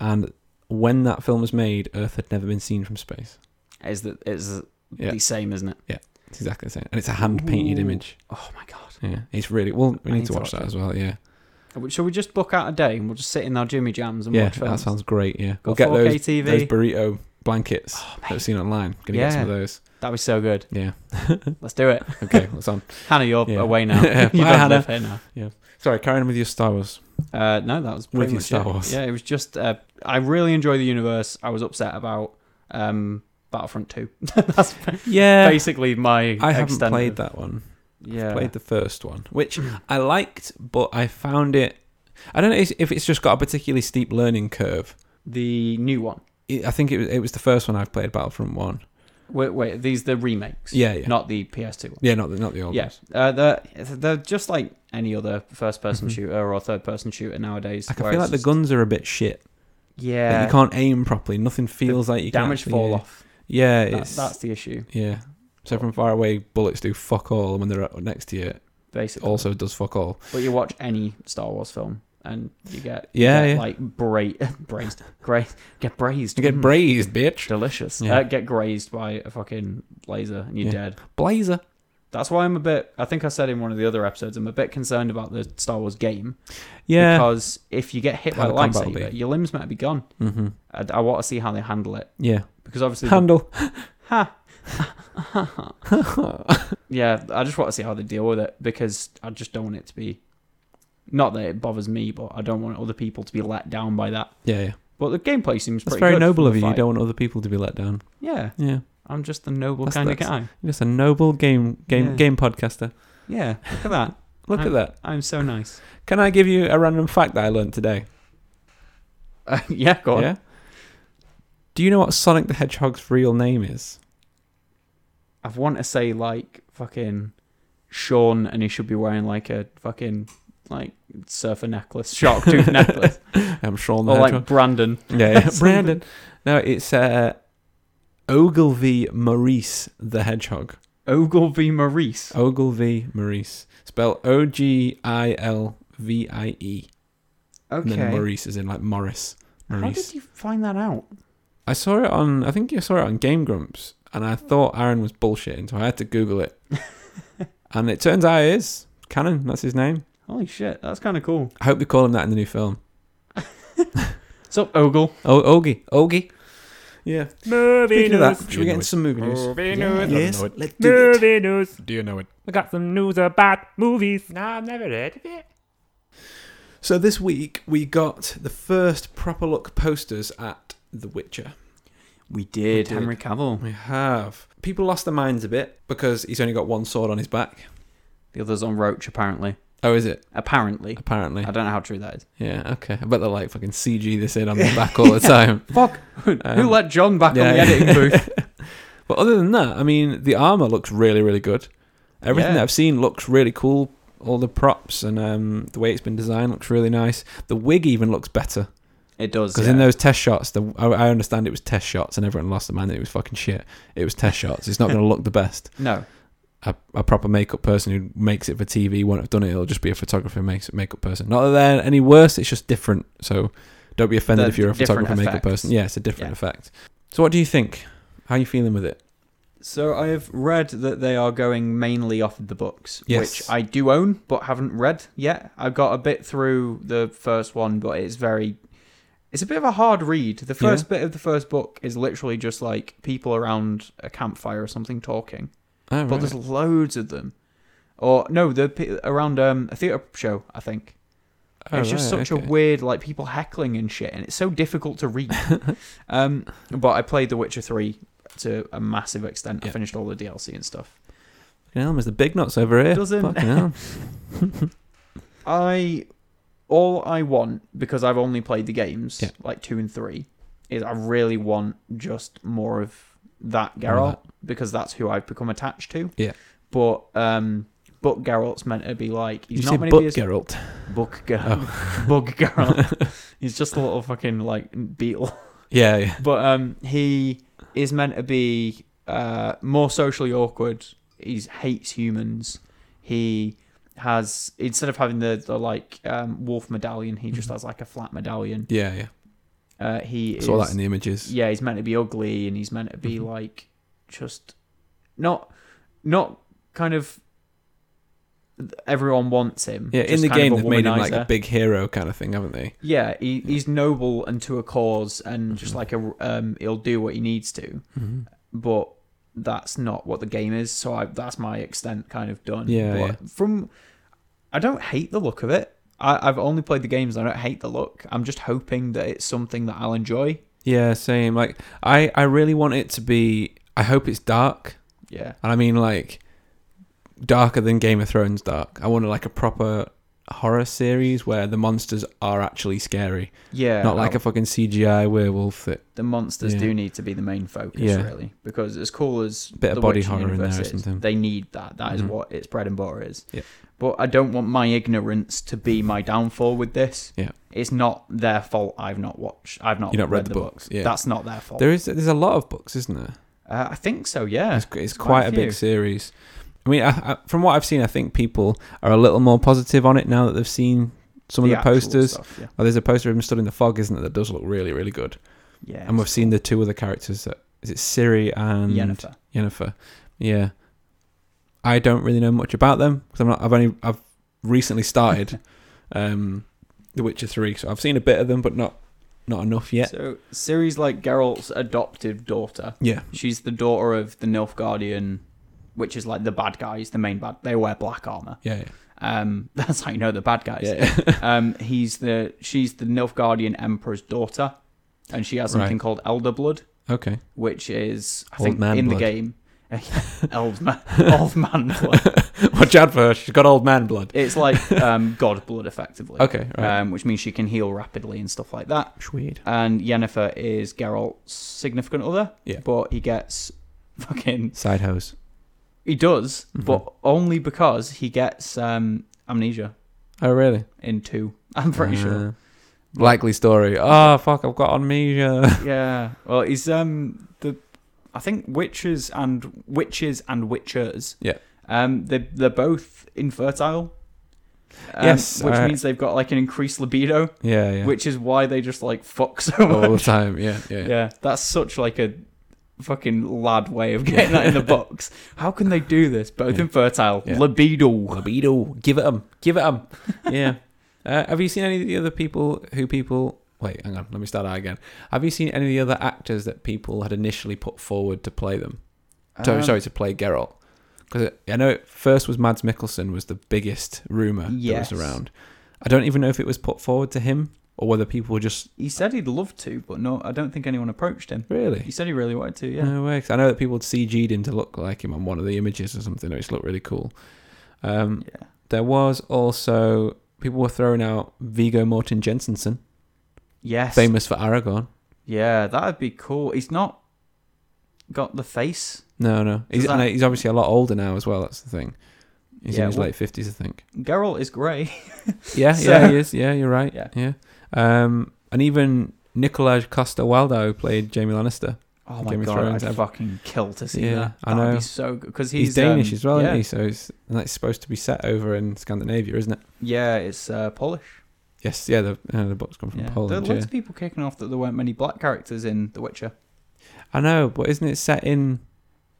Speaker 1: and when that film was made, Earth had never been seen from space.
Speaker 4: Is that is
Speaker 1: Yeah.
Speaker 4: the same, isn't it?
Speaker 1: It's exactly the same, and it's a hand painted
Speaker 4: Ooh.
Speaker 1: image.
Speaker 4: Oh my god!
Speaker 1: Yeah, it's really well. We
Speaker 4: I
Speaker 1: need, to watch, that as well. Yeah,
Speaker 4: Shall we just book out a day and we'll just sit in our Jimmy Jams and
Speaker 1: yeah,
Speaker 4: watch
Speaker 1: that
Speaker 4: films?
Speaker 1: sounds great. Yeah,
Speaker 4: Got
Speaker 1: we'll get
Speaker 4: 4K
Speaker 1: those
Speaker 4: TV.
Speaker 1: those burrito blankets
Speaker 4: Oh,
Speaker 1: that
Speaker 4: mate,
Speaker 1: I've seen online. Gonna get some
Speaker 4: Yeah.
Speaker 1: of those.
Speaker 4: that'd be so good.
Speaker 1: Yeah.
Speaker 4: Let's do it.
Speaker 1: Okay, let's on.
Speaker 4: Hannah, you're
Speaker 1: Yeah.
Speaker 4: away now.
Speaker 1: Yeah,
Speaker 4: you
Speaker 1: bye,
Speaker 4: don't
Speaker 1: Hannah.
Speaker 4: live here now.
Speaker 1: Sorry, carrying on with your Star Wars.
Speaker 4: Uh, no, that was pretty
Speaker 1: With your
Speaker 4: much
Speaker 1: Star
Speaker 4: it.
Speaker 1: Wars.
Speaker 4: Yeah, it was just. Uh, I really enjoy the universe. I was upset about um, Battlefront Two. That's
Speaker 1: Yeah,
Speaker 4: basically my.
Speaker 1: I haven't
Speaker 4: extent
Speaker 1: played
Speaker 4: of-
Speaker 1: that one.
Speaker 4: Yeah, Hmm.
Speaker 1: Played the first one, which I liked, but I found it. I don't know if- if it's just got a particularly steep learning curve.
Speaker 4: the new one.
Speaker 1: It, I think it was, it was the first one I've played, Battlefront One.
Speaker 4: Wait, wait, these the remakes.
Speaker 1: Yeah, yeah,
Speaker 4: not the PS2 one.
Speaker 1: yeah, not the, not the old
Speaker 4: Yeah,
Speaker 1: ones.
Speaker 4: uh, they're they're just like any other first-person
Speaker 1: Mhm.
Speaker 4: shooter or third-person shooter nowadays.
Speaker 1: Like, I
Speaker 4: where
Speaker 1: feel like
Speaker 4: it's
Speaker 1: the
Speaker 4: just-
Speaker 1: guns are a bit shit. Like,
Speaker 4: Yeah,
Speaker 1: you can't aim properly. Nothing feels like you can
Speaker 4: damage
Speaker 1: actually-
Speaker 4: fall off.
Speaker 1: Yeah,
Speaker 4: That-
Speaker 1: it's
Speaker 4: that's the issue,
Speaker 1: yeah. So from far away, bullets do fuck all, and when they're up next to you, it
Speaker 4: basically.
Speaker 1: also does fuck all.
Speaker 4: But you watch any Star Wars film and you get you
Speaker 1: Yeah,
Speaker 4: get,
Speaker 1: yeah.
Speaker 4: like bra- braised gra- get braised
Speaker 1: You get
Speaker 4: Mm,
Speaker 1: braised, bitch.
Speaker 4: delicious
Speaker 1: Yeah.
Speaker 4: uh, get grazed by a fucking laser and you're
Speaker 1: Yeah.
Speaker 4: dead.
Speaker 1: Blazer.
Speaker 4: That's why I'm a bit. I think I said in one of the other episodes I'm a bit concerned about the Star Wars game
Speaker 1: Yeah.
Speaker 4: because if you get hit
Speaker 1: How
Speaker 4: by a
Speaker 1: the combat will
Speaker 4: lightsaber,
Speaker 1: be.
Speaker 4: your limbs might be gone.
Speaker 1: hmm
Speaker 4: I, I want to see how they handle it
Speaker 1: Yeah.
Speaker 4: because obviously the-
Speaker 1: Handle.
Speaker 4: Ha. yeah, I just want to see how they deal with it because I just don't want it to be. Not that it bothers me, but I don't want other people to be let down by that.
Speaker 1: Yeah, yeah.
Speaker 4: But the gameplay seems
Speaker 1: That's
Speaker 4: pretty
Speaker 1: very
Speaker 4: good
Speaker 1: noble
Speaker 4: for
Speaker 1: of
Speaker 4: the
Speaker 1: you. You
Speaker 4: fight.
Speaker 1: don't want other people to be let down.
Speaker 4: Yeah,
Speaker 1: Yeah,
Speaker 4: I'm just the noble
Speaker 1: That's-
Speaker 4: kind of
Speaker 1: that's-
Speaker 4: guy.
Speaker 1: you're just a noble game game
Speaker 4: Yeah.
Speaker 1: game podcaster.
Speaker 4: Yeah, look at that.
Speaker 1: Look at that.
Speaker 4: I'm so nice.
Speaker 1: Can I give you a random fact that I learned today?
Speaker 4: Uh, yeah, go on.
Speaker 1: Yeah. Do you know what Sonic the Hedgehog's real name is?
Speaker 4: I want to say like fucking Sean, and he should be wearing like a fucking like surfer necklace, shark tooth necklace,
Speaker 1: I'm sure the
Speaker 4: or Oh, like
Speaker 1: Hedgehog.
Speaker 4: Brandon.
Speaker 1: yeah, yeah.
Speaker 4: something.
Speaker 1: Brandon. No, it's uh, Ogilvy Maurice the Hedgehog.
Speaker 4: Ogilvy Maurice.
Speaker 1: Ogilvy Maurice. Spell O G I L V I E. And
Speaker 4: Okay.
Speaker 1: then Maurice is in like Morris.
Speaker 4: How
Speaker 1: Maurice.
Speaker 4: did you find that out?
Speaker 1: I saw it on. I think you saw it on Game Grumps, and I thought Aaron was bullshitting, so I had to Google it. and it turns out it is Cannon. That's his name.
Speaker 4: Holy shit, that's kind of cool.
Speaker 1: I hope they call him that in the new film.
Speaker 4: What's up, Ogle?
Speaker 1: Oh, Ogie, Ogie. Yeah.
Speaker 5: Movie
Speaker 1: Speaking of that,
Speaker 5: news.
Speaker 1: should we get into some movie news?
Speaker 5: Movie
Speaker 1: Yeah.
Speaker 5: news.
Speaker 1: Yes, let's do it.
Speaker 5: Movie news.
Speaker 1: Do you know it?
Speaker 5: We got some news about movies. No, I've never heard of it.
Speaker 1: So this week we got the first proper look posters at The Witcher.
Speaker 4: We
Speaker 1: did.
Speaker 4: Henry Cavill.
Speaker 1: We have people lost their minds a bit because he's only got one sword on his back.
Speaker 4: The other's on Roach, apparently.
Speaker 1: Oh, is it?
Speaker 4: Apparently.
Speaker 1: Apparently.
Speaker 4: I don't know how true that is.
Speaker 1: Yeah. Okay. I bet they like fucking CG this in on the back all the time.
Speaker 4: Fuck. Who
Speaker 1: Um,
Speaker 4: let John back
Speaker 1: yeah.
Speaker 4: on the editing booth?
Speaker 1: But other than that, I mean, the armor looks really, really good. Everything
Speaker 4: Yeah.
Speaker 1: that I've seen looks really cool. All the props and um, the way it's been designed looks really nice. The wig even looks better
Speaker 4: It does.
Speaker 1: because
Speaker 4: yeah.
Speaker 1: in those test shots, the I, I understand it was test shots and everyone lost their mind that it was fucking shit. It was test shots. It's not going to look the best.
Speaker 4: No.
Speaker 1: A, a proper makeup person who makes it for TV won't have done it. It'll just be a photographer who makes makeup person. Not that they're any worse. It's just different. So don't be offended
Speaker 4: They're
Speaker 1: if you're a
Speaker 4: different
Speaker 1: photographer makeup
Speaker 4: effects.
Speaker 1: person. Yeah, it's a different
Speaker 4: Yeah.
Speaker 1: effect. So what do you think? How are you feeling with it?
Speaker 4: So I have read that they are going mainly off of the books,
Speaker 1: Yes.
Speaker 4: which I do own but haven't read yet. I got a bit through the first one, but it's very it's a bit of a hard read. The first bit of the first book is literally just like people around a campfire or something talking.
Speaker 1: Oh,
Speaker 4: But there's loads of them. Or no, the pe- around um, a theater show, I think.
Speaker 1: Oh,
Speaker 4: it's just
Speaker 1: right,
Speaker 4: such
Speaker 1: okay.
Speaker 4: a weird, like people heckling and shit, and it's so difficult to read. um, but I played The Witcher Three to a massive extent.
Speaker 1: Yeah.
Speaker 4: I finished all the DLC and stuff.
Speaker 1: Fucking hell, there's the big nuts over here.
Speaker 4: Doesn't-
Speaker 1: Fucking hell.
Speaker 4: I all I want because I've only played the games
Speaker 1: Yeah.
Speaker 4: like two and three is I really want just more of that
Speaker 1: More of
Speaker 4: Geralt because that's who I've become attached to.
Speaker 1: Yeah.
Speaker 4: But um, but Geralt's meant to be like
Speaker 1: you
Speaker 4: he's not
Speaker 1: say Oh.
Speaker 4: meant
Speaker 1: butt
Speaker 4: to be as
Speaker 1: Geralt.
Speaker 4: Bug girl. Bug girl. He's just a little fucking like beetle.
Speaker 1: Yeah, yeah.
Speaker 4: But um he is meant to be uh more socially awkward. He hates humans. He has instead of having the, the like um wolf medallion, he
Speaker 1: Mm-hmm.
Speaker 4: just has like a flat medallion.
Speaker 1: Yeah, yeah.
Speaker 4: Uh he
Speaker 1: Saw
Speaker 4: is
Speaker 1: that in the images.
Speaker 4: yeah, he's meant to be ugly and he's meant to be
Speaker 1: Mhm.
Speaker 4: like just not not kind of everyone wants him.
Speaker 1: Yeah, in
Speaker 4: just
Speaker 1: the
Speaker 4: kind of
Speaker 1: game
Speaker 4: a
Speaker 1: they've made him like
Speaker 4: womanizer.
Speaker 1: a big hero kind of thing, haven't they?
Speaker 4: Yeah, he, he's noble and to a cause, and just
Speaker 1: Mhm.
Speaker 4: like a um, he'll do what he needs to.
Speaker 1: Mm-hmm.
Speaker 4: But that's not what the game is. So I, that's my extent kind of done.
Speaker 1: Yeah,
Speaker 4: But
Speaker 1: yeah.
Speaker 4: From, I don't hate the look of it. I, I've only played the games. I don't hate the look. I'm just hoping that it's something that I'll enjoy.
Speaker 1: Yeah, same. Like I, I really want it to be I hope it's dark.
Speaker 4: Yeah,
Speaker 1: And I mean like darker than Game of Thrones dark. I want like a proper horror series where the monsters are actually scary.
Speaker 4: yeah.
Speaker 1: Not like
Speaker 4: I-
Speaker 1: a fucking CGI werewolf that
Speaker 4: the monsters
Speaker 1: Yeah.
Speaker 4: do need to be the main focus,
Speaker 1: Yeah.
Speaker 4: really, because as cool as
Speaker 1: Bit of
Speaker 4: the
Speaker 1: body
Speaker 4: Witcher
Speaker 1: horror in there
Speaker 4: universe
Speaker 1: or
Speaker 4: is,
Speaker 1: something.
Speaker 4: they need that. That is
Speaker 1: Mhm.
Speaker 4: what its bread and butter is.
Speaker 1: Yeah.
Speaker 4: But I don't want my ignorance to be my downfall with this.
Speaker 1: Yeah.
Speaker 4: It's not their fault. I've not watched. I've not.
Speaker 1: You've not read the books,
Speaker 4: books.
Speaker 1: yeah.
Speaker 4: That's not their fault.
Speaker 1: there is there's a lot of books, isn't there?
Speaker 4: uh, I think so. Oh. Yeah.
Speaker 1: It's, it's
Speaker 4: quite
Speaker 1: quite
Speaker 4: a
Speaker 1: a big
Speaker 4: few.
Speaker 1: series. I mean, I, I, from what I've seen, I think people are a little more positive on it now that they've seen some of the
Speaker 4: actual
Speaker 1: posters.
Speaker 4: Stuff, yeah.
Speaker 1: Oh, there's a poster of him stood in the fog, isn't there? That does look really, really good.
Speaker 4: yeah.
Speaker 1: and we've seen the two other characters. That, is it Siri and
Speaker 4: Yennefer.
Speaker 1: Yennefer. Yeah. I don't really know much about them because I'm not. I've only I've recently started um, The Witcher Three, so I've seen a bit of them, but not not enough yet.
Speaker 4: So Ciri's like Geralt's adoptive daughter.
Speaker 1: Yeah.
Speaker 4: She's the daughter of the Nilfgaardian, which is like the bad guys, the main bad. They wear black armor.
Speaker 1: Yeah.
Speaker 4: Um, that's how you know the bad guys.
Speaker 1: Yeah. yeah.
Speaker 4: um, he's the she's the Nilfgaardian Emperor's daughter, and she has something
Speaker 1: Right.
Speaker 4: called Elder Blood,
Speaker 1: okay.
Speaker 4: which is I
Speaker 1: Old
Speaker 4: think
Speaker 1: man
Speaker 4: in
Speaker 1: blood.
Speaker 4: the game Old man, old man blood.
Speaker 1: Watch out for her. She's got old man blood.
Speaker 4: It's like um, god blood, effectively.
Speaker 1: Okay, right.
Speaker 4: Um, which means she can heal rapidly and stuff like that.
Speaker 1: Sweet.
Speaker 4: And Yennefer is Geralt's significant other.
Speaker 1: Yeah.
Speaker 4: But he gets fucking.
Speaker 1: Side hose.
Speaker 4: He does,
Speaker 1: Mhm.
Speaker 4: but only because he gets um, amnesia
Speaker 1: Oh, really?
Speaker 4: in two. I'm pretty sure.
Speaker 1: Likely story. Oh, fuck, I've got amnesia.
Speaker 4: Yeah. Well, he's um the I think witches and witches and witchers.
Speaker 1: Yeah.
Speaker 4: Um, they they're both infertile. um,
Speaker 1: Yes,
Speaker 4: which
Speaker 1: I-
Speaker 4: means they've got like an increased libido,
Speaker 1: Yeah, yeah.
Speaker 4: which is why they just like fuck so much.
Speaker 1: All the time. Yeah, yeah.
Speaker 4: yeah. that's such like a fucking lad way of getting that in the box. How can they do this? Both
Speaker 1: Yeah.
Speaker 4: infertile,
Speaker 1: Yeah.
Speaker 4: libido.
Speaker 1: Libido. Give it 'em. Give it 'em. yeah. Uh, have you seen any of the other people who people. Wait, hang on. Let me start that again. Have you seen any of the other actors that people had initially put forward to play them? To-
Speaker 4: Um,
Speaker 1: sorry, to play Geralt. Because I know it first was Mads Mikkelsen was the biggest rumor
Speaker 4: Yes.
Speaker 1: that was around. I don't even know if it was put forward to him or whether people were just
Speaker 4: He said he'd love to, but no, I don't think anyone approached him. He
Speaker 1: really.
Speaker 4: said he really wanted to. Yeah.
Speaker 1: No way. 'Cause I know that people had CG'd him to look like him on one of the images or something, which looked really cool. Um,
Speaker 4: Yeah.
Speaker 1: there was also people were throwing out Vigo Morton Jensensen,
Speaker 4: Yes.
Speaker 1: famous for Aragorn.
Speaker 4: Yeah, that'd be cool. He's not got the face.
Speaker 1: No, no, he's,
Speaker 4: Is that-
Speaker 1: and he's obviously a lot older now as well. That's the thing. He's
Speaker 4: Yeah,
Speaker 1: in his
Speaker 4: well-
Speaker 1: late fifties, I think.
Speaker 4: Geralt is grey.
Speaker 1: Yeah,
Speaker 4: So-
Speaker 1: yeah, he is. Yeah, you're right.
Speaker 4: Yeah.
Speaker 1: Yeah, yeah. Um, and even Nicolaj Costa Waldau who played Jamie Lannister.
Speaker 4: Oh my
Speaker 1: Game of
Speaker 4: god,
Speaker 1: Thrones,
Speaker 4: I'd
Speaker 1: I've-
Speaker 4: fucking kill to see
Speaker 1: Yeah,
Speaker 4: that.
Speaker 1: I
Speaker 4: That'd
Speaker 1: know.
Speaker 4: be so good because
Speaker 1: He's,
Speaker 4: he's,
Speaker 1: Danish
Speaker 4: um,
Speaker 1: as well,
Speaker 4: yeah.
Speaker 1: isn't he? So it's, and that's supposed to be set over in Scandinavia, isn't it?
Speaker 4: Yeah, it's uh, Polish.
Speaker 1: Yes. Yeah. The uh, the books come from
Speaker 4: Yeah. there are
Speaker 1: Poland.
Speaker 4: lots
Speaker 1: Yeah.
Speaker 4: of people kicking off that there weren't many black characters in The Witcher.
Speaker 1: I know, but isn't it set in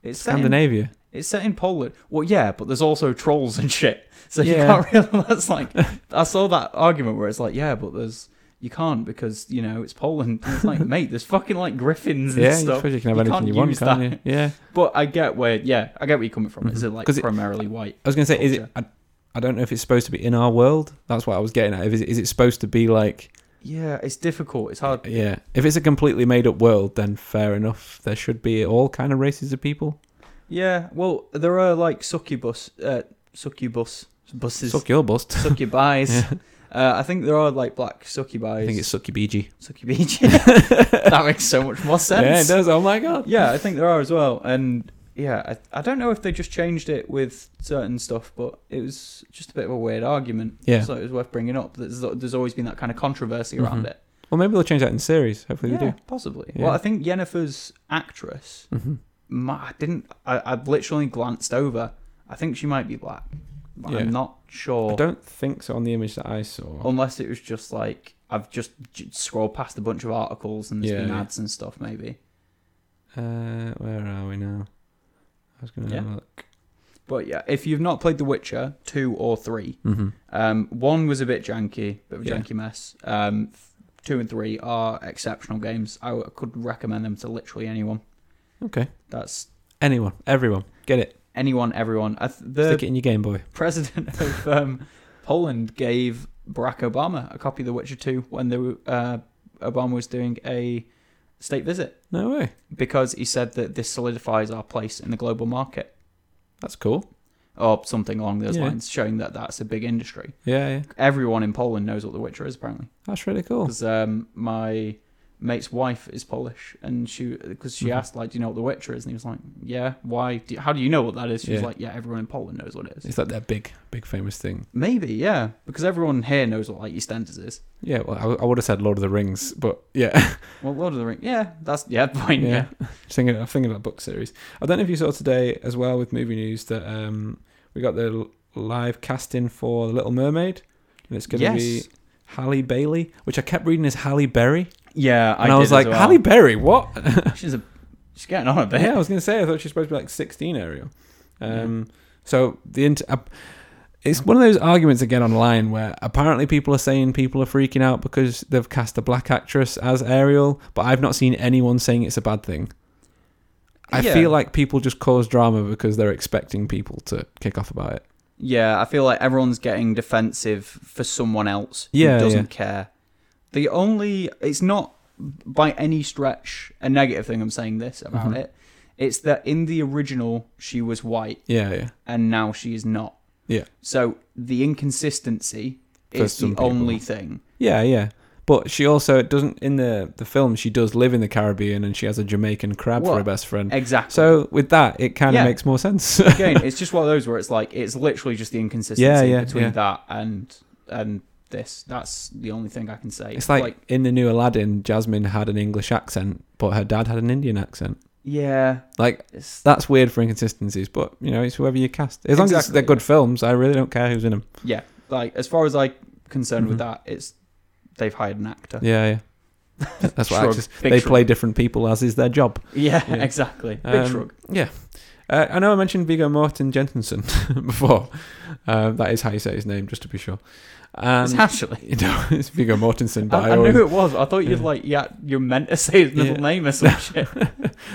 Speaker 4: It's set in,
Speaker 1: Scandinavia?
Speaker 4: it's set in Poland. Well, yeah, but there's also trolls and shit. So you
Speaker 1: Yeah.
Speaker 4: can't really. That's like I saw that argument where it's like, yeah, but there's you can't because you know it's Poland. And it's like, mate, there's fucking like griffins and
Speaker 1: yeah. You,
Speaker 4: stuff.
Speaker 1: suppose you can have
Speaker 4: You
Speaker 1: anything
Speaker 4: can't
Speaker 1: you want,
Speaker 4: use
Speaker 1: can't
Speaker 4: that.
Speaker 1: you? Yeah.
Speaker 4: But I get where, yeah, I get where you're coming from. Is
Speaker 1: Mhm.
Speaker 4: Mm-hmm. it like
Speaker 1: 'Cause it-
Speaker 4: primarily white?
Speaker 1: I was gonna say, is it? I, I don't know if it's supposed to be in our world. That's what I was getting at. Is it, is it supposed to be like?
Speaker 4: Yeah, it's difficult. It's hard.
Speaker 1: Yeah. If it's a completely made up world, then fair enough. There should be all kind of races of people.
Speaker 4: Yeah, well, there are like succubus, uh, succubus buses,
Speaker 1: Suck your bust.
Speaker 4: succubies. Uh, I think there are like black succubies.
Speaker 1: I think it's Sucky BG.
Speaker 4: succubi. that makes so much more sense.
Speaker 1: Yeah, it does. Oh my god.
Speaker 4: Yeah, I think there are as well. And yeah, I, I don't know if they just changed it with certain stuff, but it was just a bit of a weird argument.
Speaker 1: Yeah.
Speaker 4: So it was worth bringing up. There's, there's always been that kind of controversy around
Speaker 1: Mhm.
Speaker 4: it.
Speaker 1: Well, maybe they'll change that in series. Hopefully they
Speaker 4: Yeah,
Speaker 1: do.
Speaker 4: possibly.
Speaker 1: Yeah.
Speaker 4: Well, I think Yennefer's actress,
Speaker 1: Mhm.
Speaker 4: my, I didn't, I, I literally glanced over. I think she might be black. But
Speaker 1: Yeah.
Speaker 4: I'm not
Speaker 1: I
Speaker 4: sure.
Speaker 1: don't think so on the image that I saw.
Speaker 4: Unless it was just like, I've just j- scrolled past a bunch of articles and there's
Speaker 1: Yeah,
Speaker 4: been
Speaker 1: yeah.
Speaker 4: ads and stuff, maybe.
Speaker 1: Uh, where are we now? I was going to
Speaker 4: Yeah.
Speaker 1: have a look.
Speaker 4: But yeah, if you've not played The Witcher 2 or 3,
Speaker 1: Mm-hmm.
Speaker 4: um, 1 was a bit janky, bit of a
Speaker 1: Yeah.
Speaker 4: janky mess. Um, f- 2 and 3 are exceptional games. I w- could recommend them to literally anyone.
Speaker 1: Okay.
Speaker 4: That's
Speaker 1: Anyone, everyone, get it.
Speaker 4: anyone, everyone. I th- the
Speaker 1: Stick it in your Game Boy.
Speaker 4: president of um, Poland gave Barack Obama a copy of The Witcher 2 when they were, uh, Obama was doing a state visit
Speaker 1: No way.
Speaker 4: because he said that this solidifies our place in the global market
Speaker 1: That's cool.
Speaker 4: or something along those
Speaker 1: Yeah.
Speaker 4: lines, showing that that's a big industry.
Speaker 1: Yeah, yeah.
Speaker 4: Everyone in Poland knows what The Witcher is, apparently,
Speaker 1: That's really cool.
Speaker 4: because um, my mate's wife is Polish and she because she
Speaker 1: Mhm.
Speaker 4: asked like, "Do you know what The Witcher is?" And he was like, "Yeah, why? Do you- how do you know what that is?" She was
Speaker 1: Yeah.
Speaker 4: like, "Yeah, everyone in Poland knows what it is."
Speaker 1: It's like that big, big famous thing.
Speaker 4: Maybe, yeah, because everyone here knows what like EastEnders is.
Speaker 1: Yeah, well, I, I would have said Lord of the Rings, but yeah.
Speaker 4: Well, Lord of the Ring, yeah, that's yeah, point. Yeah,
Speaker 1: yeah. Just thinking, I'm thinking about book series. I don't know if you saw today as well with movie news that um, we got the l- live casting for The Little Mermaid. And it's going to
Speaker 4: yes,
Speaker 1: be Halle Bailey, which I kept reading as Halle Berry,
Speaker 4: yeah. I
Speaker 1: and I, was
Speaker 4: did as
Speaker 1: like,
Speaker 4: well.
Speaker 1: Halle Berry, what?
Speaker 4: she's a, she's getting on a bit.
Speaker 1: yeah, I was gonna say, I thought she was supposed to be like sixteen, Ariel. Um, so the int- uh, it's one of those arguments again online where apparently people are saying people are freaking out because they've cast a black actress as Ariel, but I've not seen anyone saying it's a bad thing. I
Speaker 4: Yeah.
Speaker 1: feel like people just cause drama because they're expecting people to kick off about it.
Speaker 4: Yeah, I feel like everyone's getting defensive for someone else who
Speaker 1: Yeah,
Speaker 4: doesn't
Speaker 1: yeah.
Speaker 4: care. The only it's not by any stretch a negative thing I'm saying this about
Speaker 1: Mhm.
Speaker 4: it. It's that in the original she was white
Speaker 1: Yeah, yeah.
Speaker 4: and now she is not.
Speaker 1: Yeah.
Speaker 4: So the inconsistency
Speaker 1: For
Speaker 4: is
Speaker 1: some
Speaker 4: the
Speaker 1: people.
Speaker 4: only thing.
Speaker 1: Yeah, yeah. But she also doesn't in the the film she does live in the Caribbean and she has a Jamaican crab for
Speaker 4: Well,
Speaker 1: her best friend.
Speaker 4: Exactly.
Speaker 1: So with that it kind of
Speaker 4: Yeah.
Speaker 1: makes more sense.
Speaker 4: again, it's just one of those where it's like it's literally just the inconsistency
Speaker 1: Yeah, yeah,
Speaker 4: between
Speaker 1: yeah.
Speaker 4: that and and this. That's the only thing I can say.
Speaker 1: it's like, in the new Aladdin Jasmine had an English accent but her dad had an Indian accent.
Speaker 4: yeah,
Speaker 1: Like
Speaker 4: it's,
Speaker 1: that's weird for inconsistencies, but you know, it's whoever you cast. As long as
Speaker 4: Exactly,
Speaker 1: they're good films, I really don't care who's in them.
Speaker 4: yeah. Like as far as I'm concerned
Speaker 1: Mhm.
Speaker 4: with that, it's they've hired an actor.
Speaker 1: Yeah, yeah. That's why
Speaker 4: Shrug.
Speaker 1: actors
Speaker 4: Big
Speaker 1: they
Speaker 4: shrug.
Speaker 1: play different people as is their job.
Speaker 4: Yeah,
Speaker 1: Yeah.
Speaker 4: exactly. Big
Speaker 1: Um,
Speaker 4: shrug.
Speaker 1: Yeah. Uh, I know I mentioned Vigo Morton Jensen before. Um, that is how you say his name, just to be sure. Um,
Speaker 4: it's actually.
Speaker 1: you know, it's Vigo Mortensen, but I,
Speaker 4: I, I
Speaker 1: always,
Speaker 4: knew it was. I thought you'd
Speaker 1: Yeah.
Speaker 4: like yeah, you're meant to say his middle
Speaker 1: Yeah.
Speaker 4: name or some shit.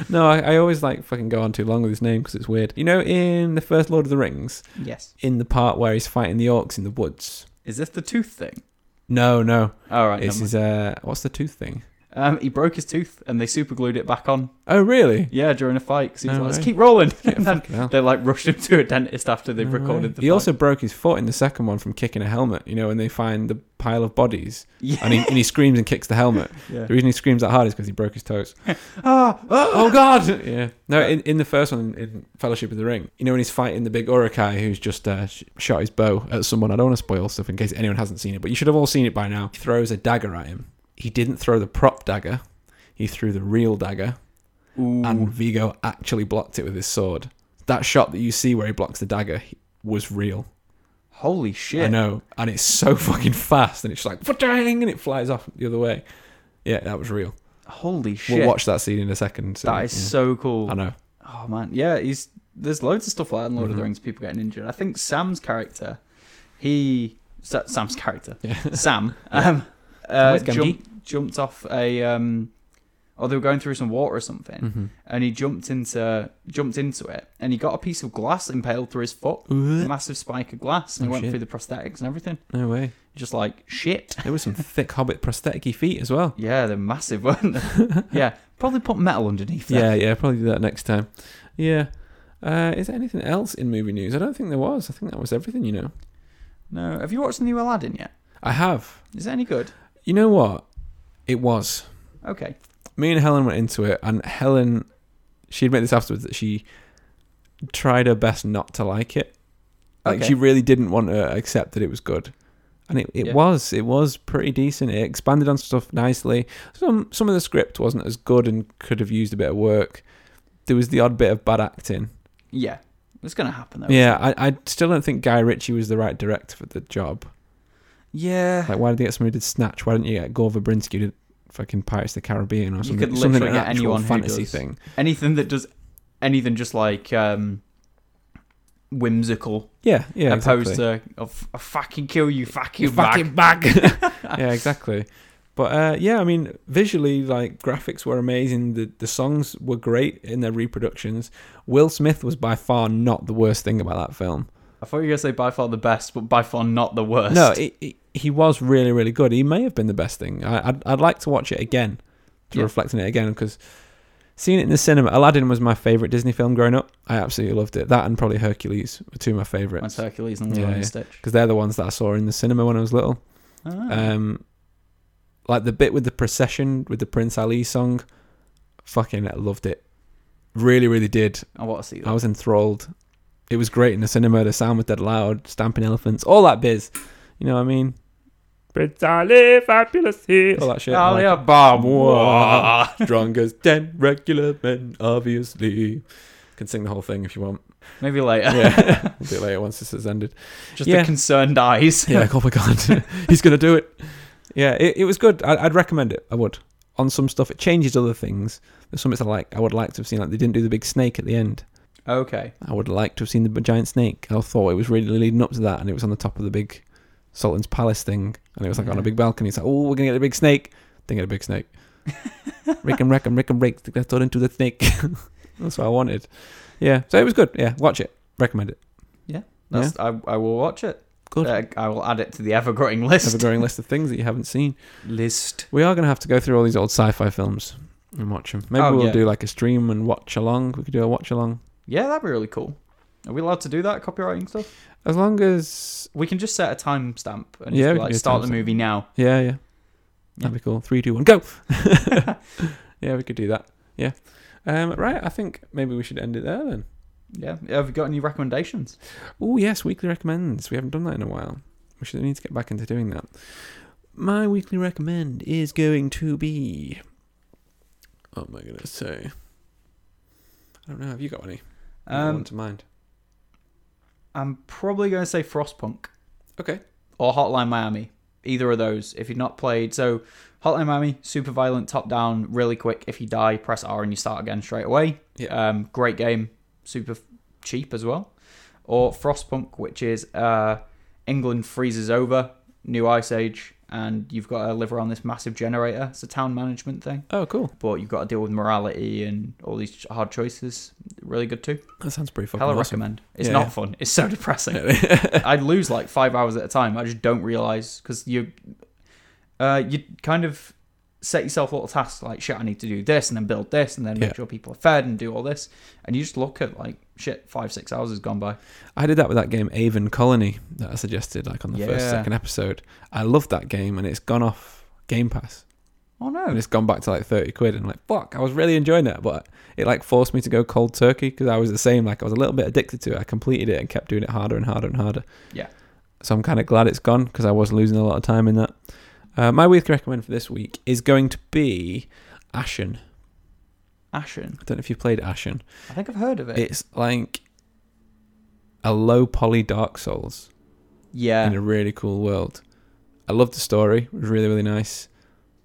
Speaker 1: no, I, I always like fucking go on too long with his name because it's weird. You know, in the first Lord of the Rings,
Speaker 4: Yes.
Speaker 1: in the part where he's fighting the orcs in the woods.
Speaker 4: Is this the tooth thing?
Speaker 1: No, no,
Speaker 4: All right.
Speaker 1: it's
Speaker 4: never mind.
Speaker 1: his uh, what's the tooth thing?
Speaker 4: Um, he broke his tooth and they super glued it back on.
Speaker 1: Oh, really?
Speaker 4: Yeah, during a fight because he was
Speaker 1: No
Speaker 4: like, "Let's
Speaker 1: way.
Speaker 4: keep rolling." and then
Speaker 1: Fucking hell.
Speaker 4: they like rushed him to a dentist after they've
Speaker 1: No way.
Speaker 4: recorded the.
Speaker 1: he
Speaker 4: fight.
Speaker 1: also broke his foot in the second one from kicking a helmet. You know, when they find the pile of bodies,
Speaker 4: Yeah.
Speaker 1: and he, and he screams and kicks the helmet.
Speaker 4: yeah.
Speaker 1: The reason he screams that hard is because he broke his toes.
Speaker 4: Ah,
Speaker 1: oh god yeah no in, in the first one in fellowship of the ring you know when he's fighting the big urukai who's just uh, sh- shot his bow at someone i don't want to spoil stuff in case anyone hasn't seen it but you should have all seen it by now he throws a dagger at him he didn't throw the prop dagger he threw the real dagger and vigo actually blocked it with his sword that shot that you see where he blocks the dagger he- was real
Speaker 4: holy
Speaker 1: i
Speaker 4: shit!
Speaker 1: know and it's so fucking fast and it's just like "Fa-dang," and it flies off the other way yeah that was real
Speaker 4: Holy shit!
Speaker 1: we'll watch that scene in a second so,
Speaker 4: that is
Speaker 1: yeah.
Speaker 4: so cool.
Speaker 1: i know
Speaker 4: Oh man, yeah. He's there's loads of stuff like that in Lord of the
Speaker 1: Mhm.
Speaker 4: Rings. People getting injured. I think Sam's character, he Sa- Sam's character,
Speaker 1: yeah
Speaker 4: Sam, um, uh,
Speaker 1: Samwise Gamgee.
Speaker 4: jumped, jumped off a. Um, or they were going through some water or something,
Speaker 1: Hmm.
Speaker 4: and he jumped into jumped into it, and he got a piece of glass impaled through his foot,
Speaker 1: Mhm.
Speaker 4: massive spike of glass,
Speaker 1: Oh,
Speaker 4: and he went
Speaker 1: shit.
Speaker 4: through the prosthetics and everything.
Speaker 1: No way.
Speaker 4: Just like shit.
Speaker 1: There was some thick hobbit prostheticy feet as well.
Speaker 4: Yeah, they're massive, weren't they? yeah, probably put metal underneath that.
Speaker 1: Yeah, yeah, probably do that next time. Yeah. Uh, is there anything else in movie news? I don't think there was. I think that was everything, you know.
Speaker 4: No, have you watched the new Aladdin yet?
Speaker 1: I have.
Speaker 4: Is it any good?
Speaker 1: You know what? It was.
Speaker 4: Okay.
Speaker 1: Me and Helen went into it, and Helen, she admitted this afterwards that she tried her best not to like it. Like,
Speaker 4: Okay.
Speaker 1: she really didn't want to accept that it was good. And it, it
Speaker 4: Yeah.
Speaker 1: was. It was pretty decent. It expanded on stuff nicely. Some some of the script wasn't as good and could have used a bit of work. There was the odd bit of bad acting.
Speaker 4: Yeah, it's gonna happen though.
Speaker 1: Yeah, I, I still don't think Guy Ritchie was the right director for the job.
Speaker 4: Yeah.
Speaker 1: Like, why did they get somebody to Snatch? Why didn't you get Gore Verbinski to fucking Pirates of the Caribbean or
Speaker 4: You
Speaker 1: something?
Speaker 4: could
Speaker 1: something
Speaker 4: literally
Speaker 1: an
Speaker 4: get
Speaker 1: actual
Speaker 4: anyone who
Speaker 1: fantasy
Speaker 4: does.
Speaker 1: thing.
Speaker 4: Anything that does anything just like um whimsical
Speaker 1: Yeah, yeah.
Speaker 4: opposed
Speaker 1: exactly.
Speaker 4: to I'll, f- I'll fucking kill you, fuck you,
Speaker 1: You fucking
Speaker 4: back.
Speaker 1: yeah, exactly. But uh, yeah, I mean, visually, like graphics were amazing. The the songs were great in their reproductions. Will Smith was by far not the worst thing about that film.
Speaker 4: I thought you were gonna say by far the best, but by far not the worst.
Speaker 1: No, it, it, he was really, really good. He may have been the best thing. I, I'd, I'd like to watch it again to
Speaker 4: Yeah.
Speaker 1: reflect on it again because seeing it in the cinema, Aladdin was my favorite Disney film growing up. I absolutely loved it. That and probably Hercules were two of my
Speaker 4: Mine's
Speaker 1: favorites
Speaker 4: Hercules and
Speaker 1: Yeah,
Speaker 4: Lilo and
Speaker 1: yeah.
Speaker 4: Stitch.
Speaker 1: because they're the ones that I saw in the cinema when I was little.
Speaker 4: Ah.
Speaker 1: Um, like the bit with the procession with the Prince Ali song, fucking loved it. Really, really did.
Speaker 4: I want to
Speaker 1: I
Speaker 4: see that.
Speaker 1: was enthralled. It was great in the cinema. The sound was dead loud. Stamping elephants, all that biz. You know what I mean? Prince Ali, fabulous here. All that shit.
Speaker 2: Oh,
Speaker 4: Ali
Speaker 1: like,
Speaker 4: Ababa.
Speaker 1: Wah. strong as ten regular men, obviously. Can sing the whole thing if you want.
Speaker 4: Maybe later.
Speaker 1: Yeah, we'll do it later once this has ended.
Speaker 4: Just
Speaker 1: Yeah.
Speaker 4: the concerned eyes.
Speaker 1: Yeah, like, oh my god, he's gonna do it. Yeah, it, it was good. I, I'd recommend it. I would. On some stuff, it changes other things. There's some bits I like. I would like to have seen. Like they didn't do the big snake at the end.
Speaker 4: Okay.
Speaker 1: I would like to have seen the b- giant snake. I thought it was really leading up to that, and it was on the top of the big Sultan's palace thing, and it was like on a
Speaker 4: Yeah.
Speaker 1: big balcony. It's like, oh, we're gonna get a big snake. Didn't get a big snake. Rick and wreck and Rick and Rick. They got thrown into the snake. That's what I wanted. Yeah, so it was good. Yeah, watch it. Recommend it.
Speaker 4: That's, I, I will watch it.
Speaker 1: Good.
Speaker 4: Uh, I will add it to the ever-growing list.
Speaker 1: Have a growing list of things that you haven't seen.
Speaker 4: list.
Speaker 1: We are going to have to go through all these old sci-fi films. and watch them. Maybe
Speaker 4: Oh,
Speaker 1: we'll
Speaker 4: yeah.
Speaker 1: do like a stream and watch along. We could do a watch along.
Speaker 4: Yeah, that'd be really cool. Are we allowed to do that? Copywriting stuff?
Speaker 1: As long as
Speaker 4: We can just set a timestamp and
Speaker 1: Yeah,
Speaker 4: yeah,
Speaker 1: we
Speaker 4: like
Speaker 1: can do a
Speaker 4: start the
Speaker 1: timestamp.
Speaker 4: movie now.
Speaker 1: yeah, yeah,
Speaker 4: Yeah.
Speaker 1: that'd be cool. Three, two, one, go. yeah, we could do that. Yeah. Um, right, I think maybe we should end it there then.
Speaker 4: Yeah. Have you got any recommendations?
Speaker 1: Oh yes, weekly recommends. We haven't done that in a while. We should need to get back into doing that. My weekly recommend is going to be. What am I gonna say? I don't know. Have you got any?
Speaker 4: Um,
Speaker 1: one to mind.
Speaker 4: I'm probably going to say Frostpunk
Speaker 1: Okay.
Speaker 4: or Hotline Miami. Either of those. If you've not played, so Hotline Miami, super violent, top down, really quick. If you die, press R and you start again straight away.
Speaker 1: Yeah.
Speaker 4: Um, great game, super f- cheap as well. Or Frostpunk, which is uh, England freezes over, new ice age, and you've got to live around this massive generator. It's a town management thing,
Speaker 1: Oh, cool.
Speaker 4: but you've got to deal with morality and all these ch- hard choices. Really good too.
Speaker 1: That sounds pretty fucking
Speaker 4: Hella
Speaker 1: awesome.
Speaker 4: recommend. It's
Speaker 1: Yeah,
Speaker 4: not
Speaker 1: yeah.
Speaker 4: fun. It's so depressing.
Speaker 1: Recommend.
Speaker 4: I lose like five hours at a time. I just don't realize because you, uh, you kind of set yourself little tasks like shit. I need to do this and then build this and then make
Speaker 1: Yeah.
Speaker 4: sure people are fed and do all this. And you just look at like shit. Five six hours has gone by.
Speaker 1: I did that with that game Avon Colony that I suggested like on the first
Speaker 4: Yeah.
Speaker 1: second episode. I loved that game and it's gone off Game Pass.
Speaker 4: Oh no!
Speaker 1: and it's gone back to like 30 quid and like fuck i was really enjoying it but it like forced me to go cold turkey because i was the same like i was a little bit addicted to it i completed it and kept doing it harder and harder and harder
Speaker 4: Yeah.
Speaker 1: so i'm kind of glad it's gone because i was losing a lot of time in that uh, my weekly recommend for this week is going to be ashen
Speaker 4: Ashen.
Speaker 1: i don't know if you've played ashen
Speaker 4: I think I've heard of it.
Speaker 1: it's like a low poly dark souls in
Speaker 4: yeah.
Speaker 1: a really cool world. I loved the story; it was really really nice.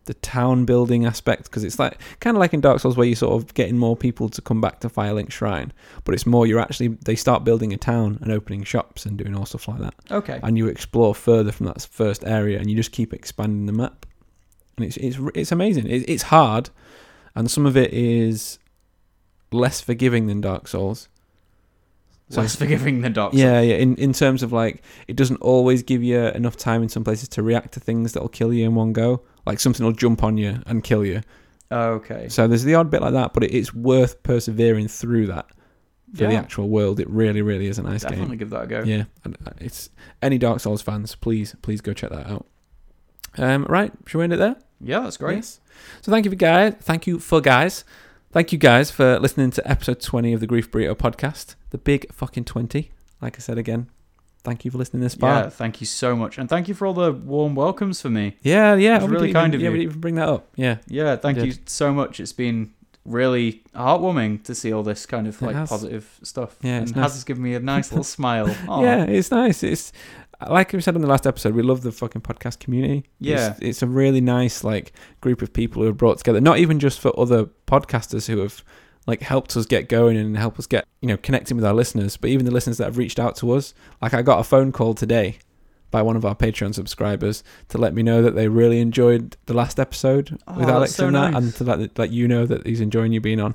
Speaker 1: The town building aspect because it's like kind of like in Dark Souls where you're sort of getting more people to come back to Firelink Shrine, but it's more you're actually they start building a town and opening shops and doing all stuff like that,
Speaker 4: Okay.
Speaker 1: and you explore further from that first area and you just keep expanding the map, and it's it's it's amazing. It, it's hard, and some of it is less forgiving than Dark Souls. So-
Speaker 4: Less forgiving than Dark Souls.
Speaker 1: yeah, yeah. In in terms of like, it doesn't always give you enough time in some places to react to things that'll kill you in one go. Like something will jump on you and kill you.
Speaker 4: Okay.
Speaker 1: So there's the odd bit like that, but it, it's worth persevering through that for the
Speaker 4: Yeah.
Speaker 1: actual world. It really, really is a nice game.
Speaker 4: Definitely give that a go.
Speaker 1: Yeah, and uh, it's any Dark Souls fans, please, please go check that out. Um, right, should we end it there?
Speaker 4: Yeah, that's great.
Speaker 1: Yes. So thank you for guys. Thank you for guys. Thank you guys for listening to episode 20 of the Grief Burrito podcast. The big fucking 20. Like I said again, thank you for listening this
Speaker 4: Yeah,
Speaker 1: far.
Speaker 4: thank you so much, and thank you for all the warm welcomes for me.
Speaker 1: Yeah, yeah.
Speaker 4: That's
Speaker 1: oh, we
Speaker 4: really
Speaker 1: didn't even,
Speaker 4: kind of
Speaker 1: yeah,
Speaker 4: you.
Speaker 1: we didn't even bring that up. Yeah.
Speaker 4: Yeah, thank
Speaker 1: Did.
Speaker 4: you so much. It's been really heartwarming to see all this kind of
Speaker 1: It
Speaker 4: like
Speaker 1: has.
Speaker 4: positive stuff.
Speaker 1: Yeah,
Speaker 4: and
Speaker 1: it's
Speaker 4: has
Speaker 1: nice.
Speaker 4: just given me a nice little smile. Aw.
Speaker 1: Yeah, it's nice. It's like we said on the last episode, we love the fucking podcast community.
Speaker 4: Yeah.
Speaker 1: It's, it's a really nice like group of people who are brought together, not even just for other podcasters who have like helped us get going and help us get, you know, connecting with our listeners, but even the listeners that have reached out to us. Like I got a phone call today by one of our Patreon subscribers to let me know that they really enjoyed the last episode
Speaker 4: Oh,
Speaker 1: with
Speaker 4: that's
Speaker 1: Alex
Speaker 4: so
Speaker 1: and that
Speaker 4: nice.
Speaker 1: and to let, let you know that he's enjoying you being on.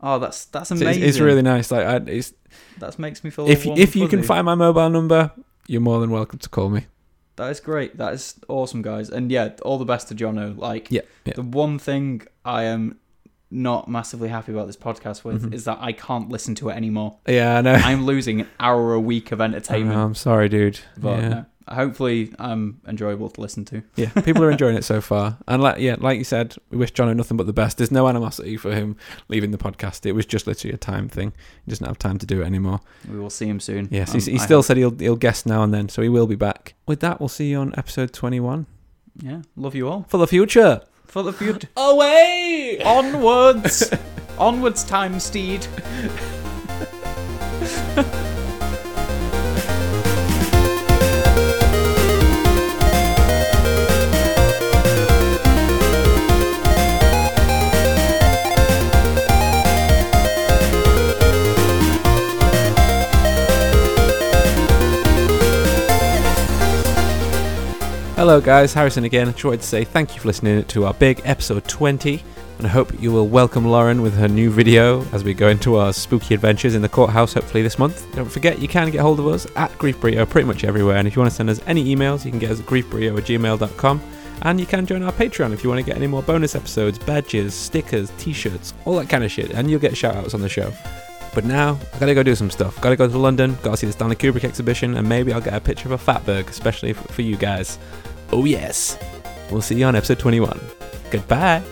Speaker 4: Oh, that's that's
Speaker 1: So it's,
Speaker 4: amazing.
Speaker 1: it's really nice. Like I, it's
Speaker 4: that makes me feel.
Speaker 1: if
Speaker 4: all warm
Speaker 1: if
Speaker 4: and
Speaker 1: you can
Speaker 4: fuzzy.
Speaker 1: find my mobile number, you're more than welcome to call me.
Speaker 4: that is great. That is awesome, guys. And yeah, all the best to Jono. Like,
Speaker 1: Yeah, yeah.
Speaker 4: the one thing I am not massively happy about this podcast with
Speaker 1: Mhm.
Speaker 4: is that I can't listen to it anymore.
Speaker 1: Yeah, I know.
Speaker 4: I'm losing an hour a week of
Speaker 1: I know,
Speaker 4: entertainment.
Speaker 1: I'm sorry, dude.
Speaker 4: But
Speaker 1: Uh-huh. yeah.
Speaker 4: no, hopefully, I'm enjoyable to listen to.
Speaker 1: yeah, people are enjoying it so far, and like yeah, like you said, we wish Jono nothing but the best. There's no animosity for him leaving the podcast. It was just literally a time thing. He doesn't have time to do it anymore.
Speaker 4: We will see him soon.
Speaker 1: Yes,
Speaker 4: Um,
Speaker 1: he's, he
Speaker 4: I
Speaker 1: still
Speaker 4: hope-
Speaker 1: said he'll he'll guest now and then, so he will be back. With that, we'll see you on episode 21
Speaker 4: Yeah, love you all.
Speaker 1: for the future.
Speaker 4: For the future.
Speaker 5: Away!
Speaker 4: Onwards! Onwards, time steed.
Speaker 1: Hello, guys. Harrison again. I just wanted to say thank you for listening to our big episode 20, and I hope you will welcome Lauren with her new video as we go into our spooky adventures in the courthouse, hopefully this month. Don't forget, you can get hold of us at Grief Burrito pretty much everywhere, and if you want to send us any emails, you can get us at griefburrito at gmail.com. And you can join our Patreon if you want to get any more bonus episodes, badges, stickers, t shirts, all that kind of shit. And you'll get shout outs on the show. But now, I gotta go do some stuff. Gotta go to London, gotta see the Stanley Kubrick exhibition, and maybe I'll get a picture of a fatberg, especially f- for you guys. Oh, yes. We'll see you on episode 21. Goodbye.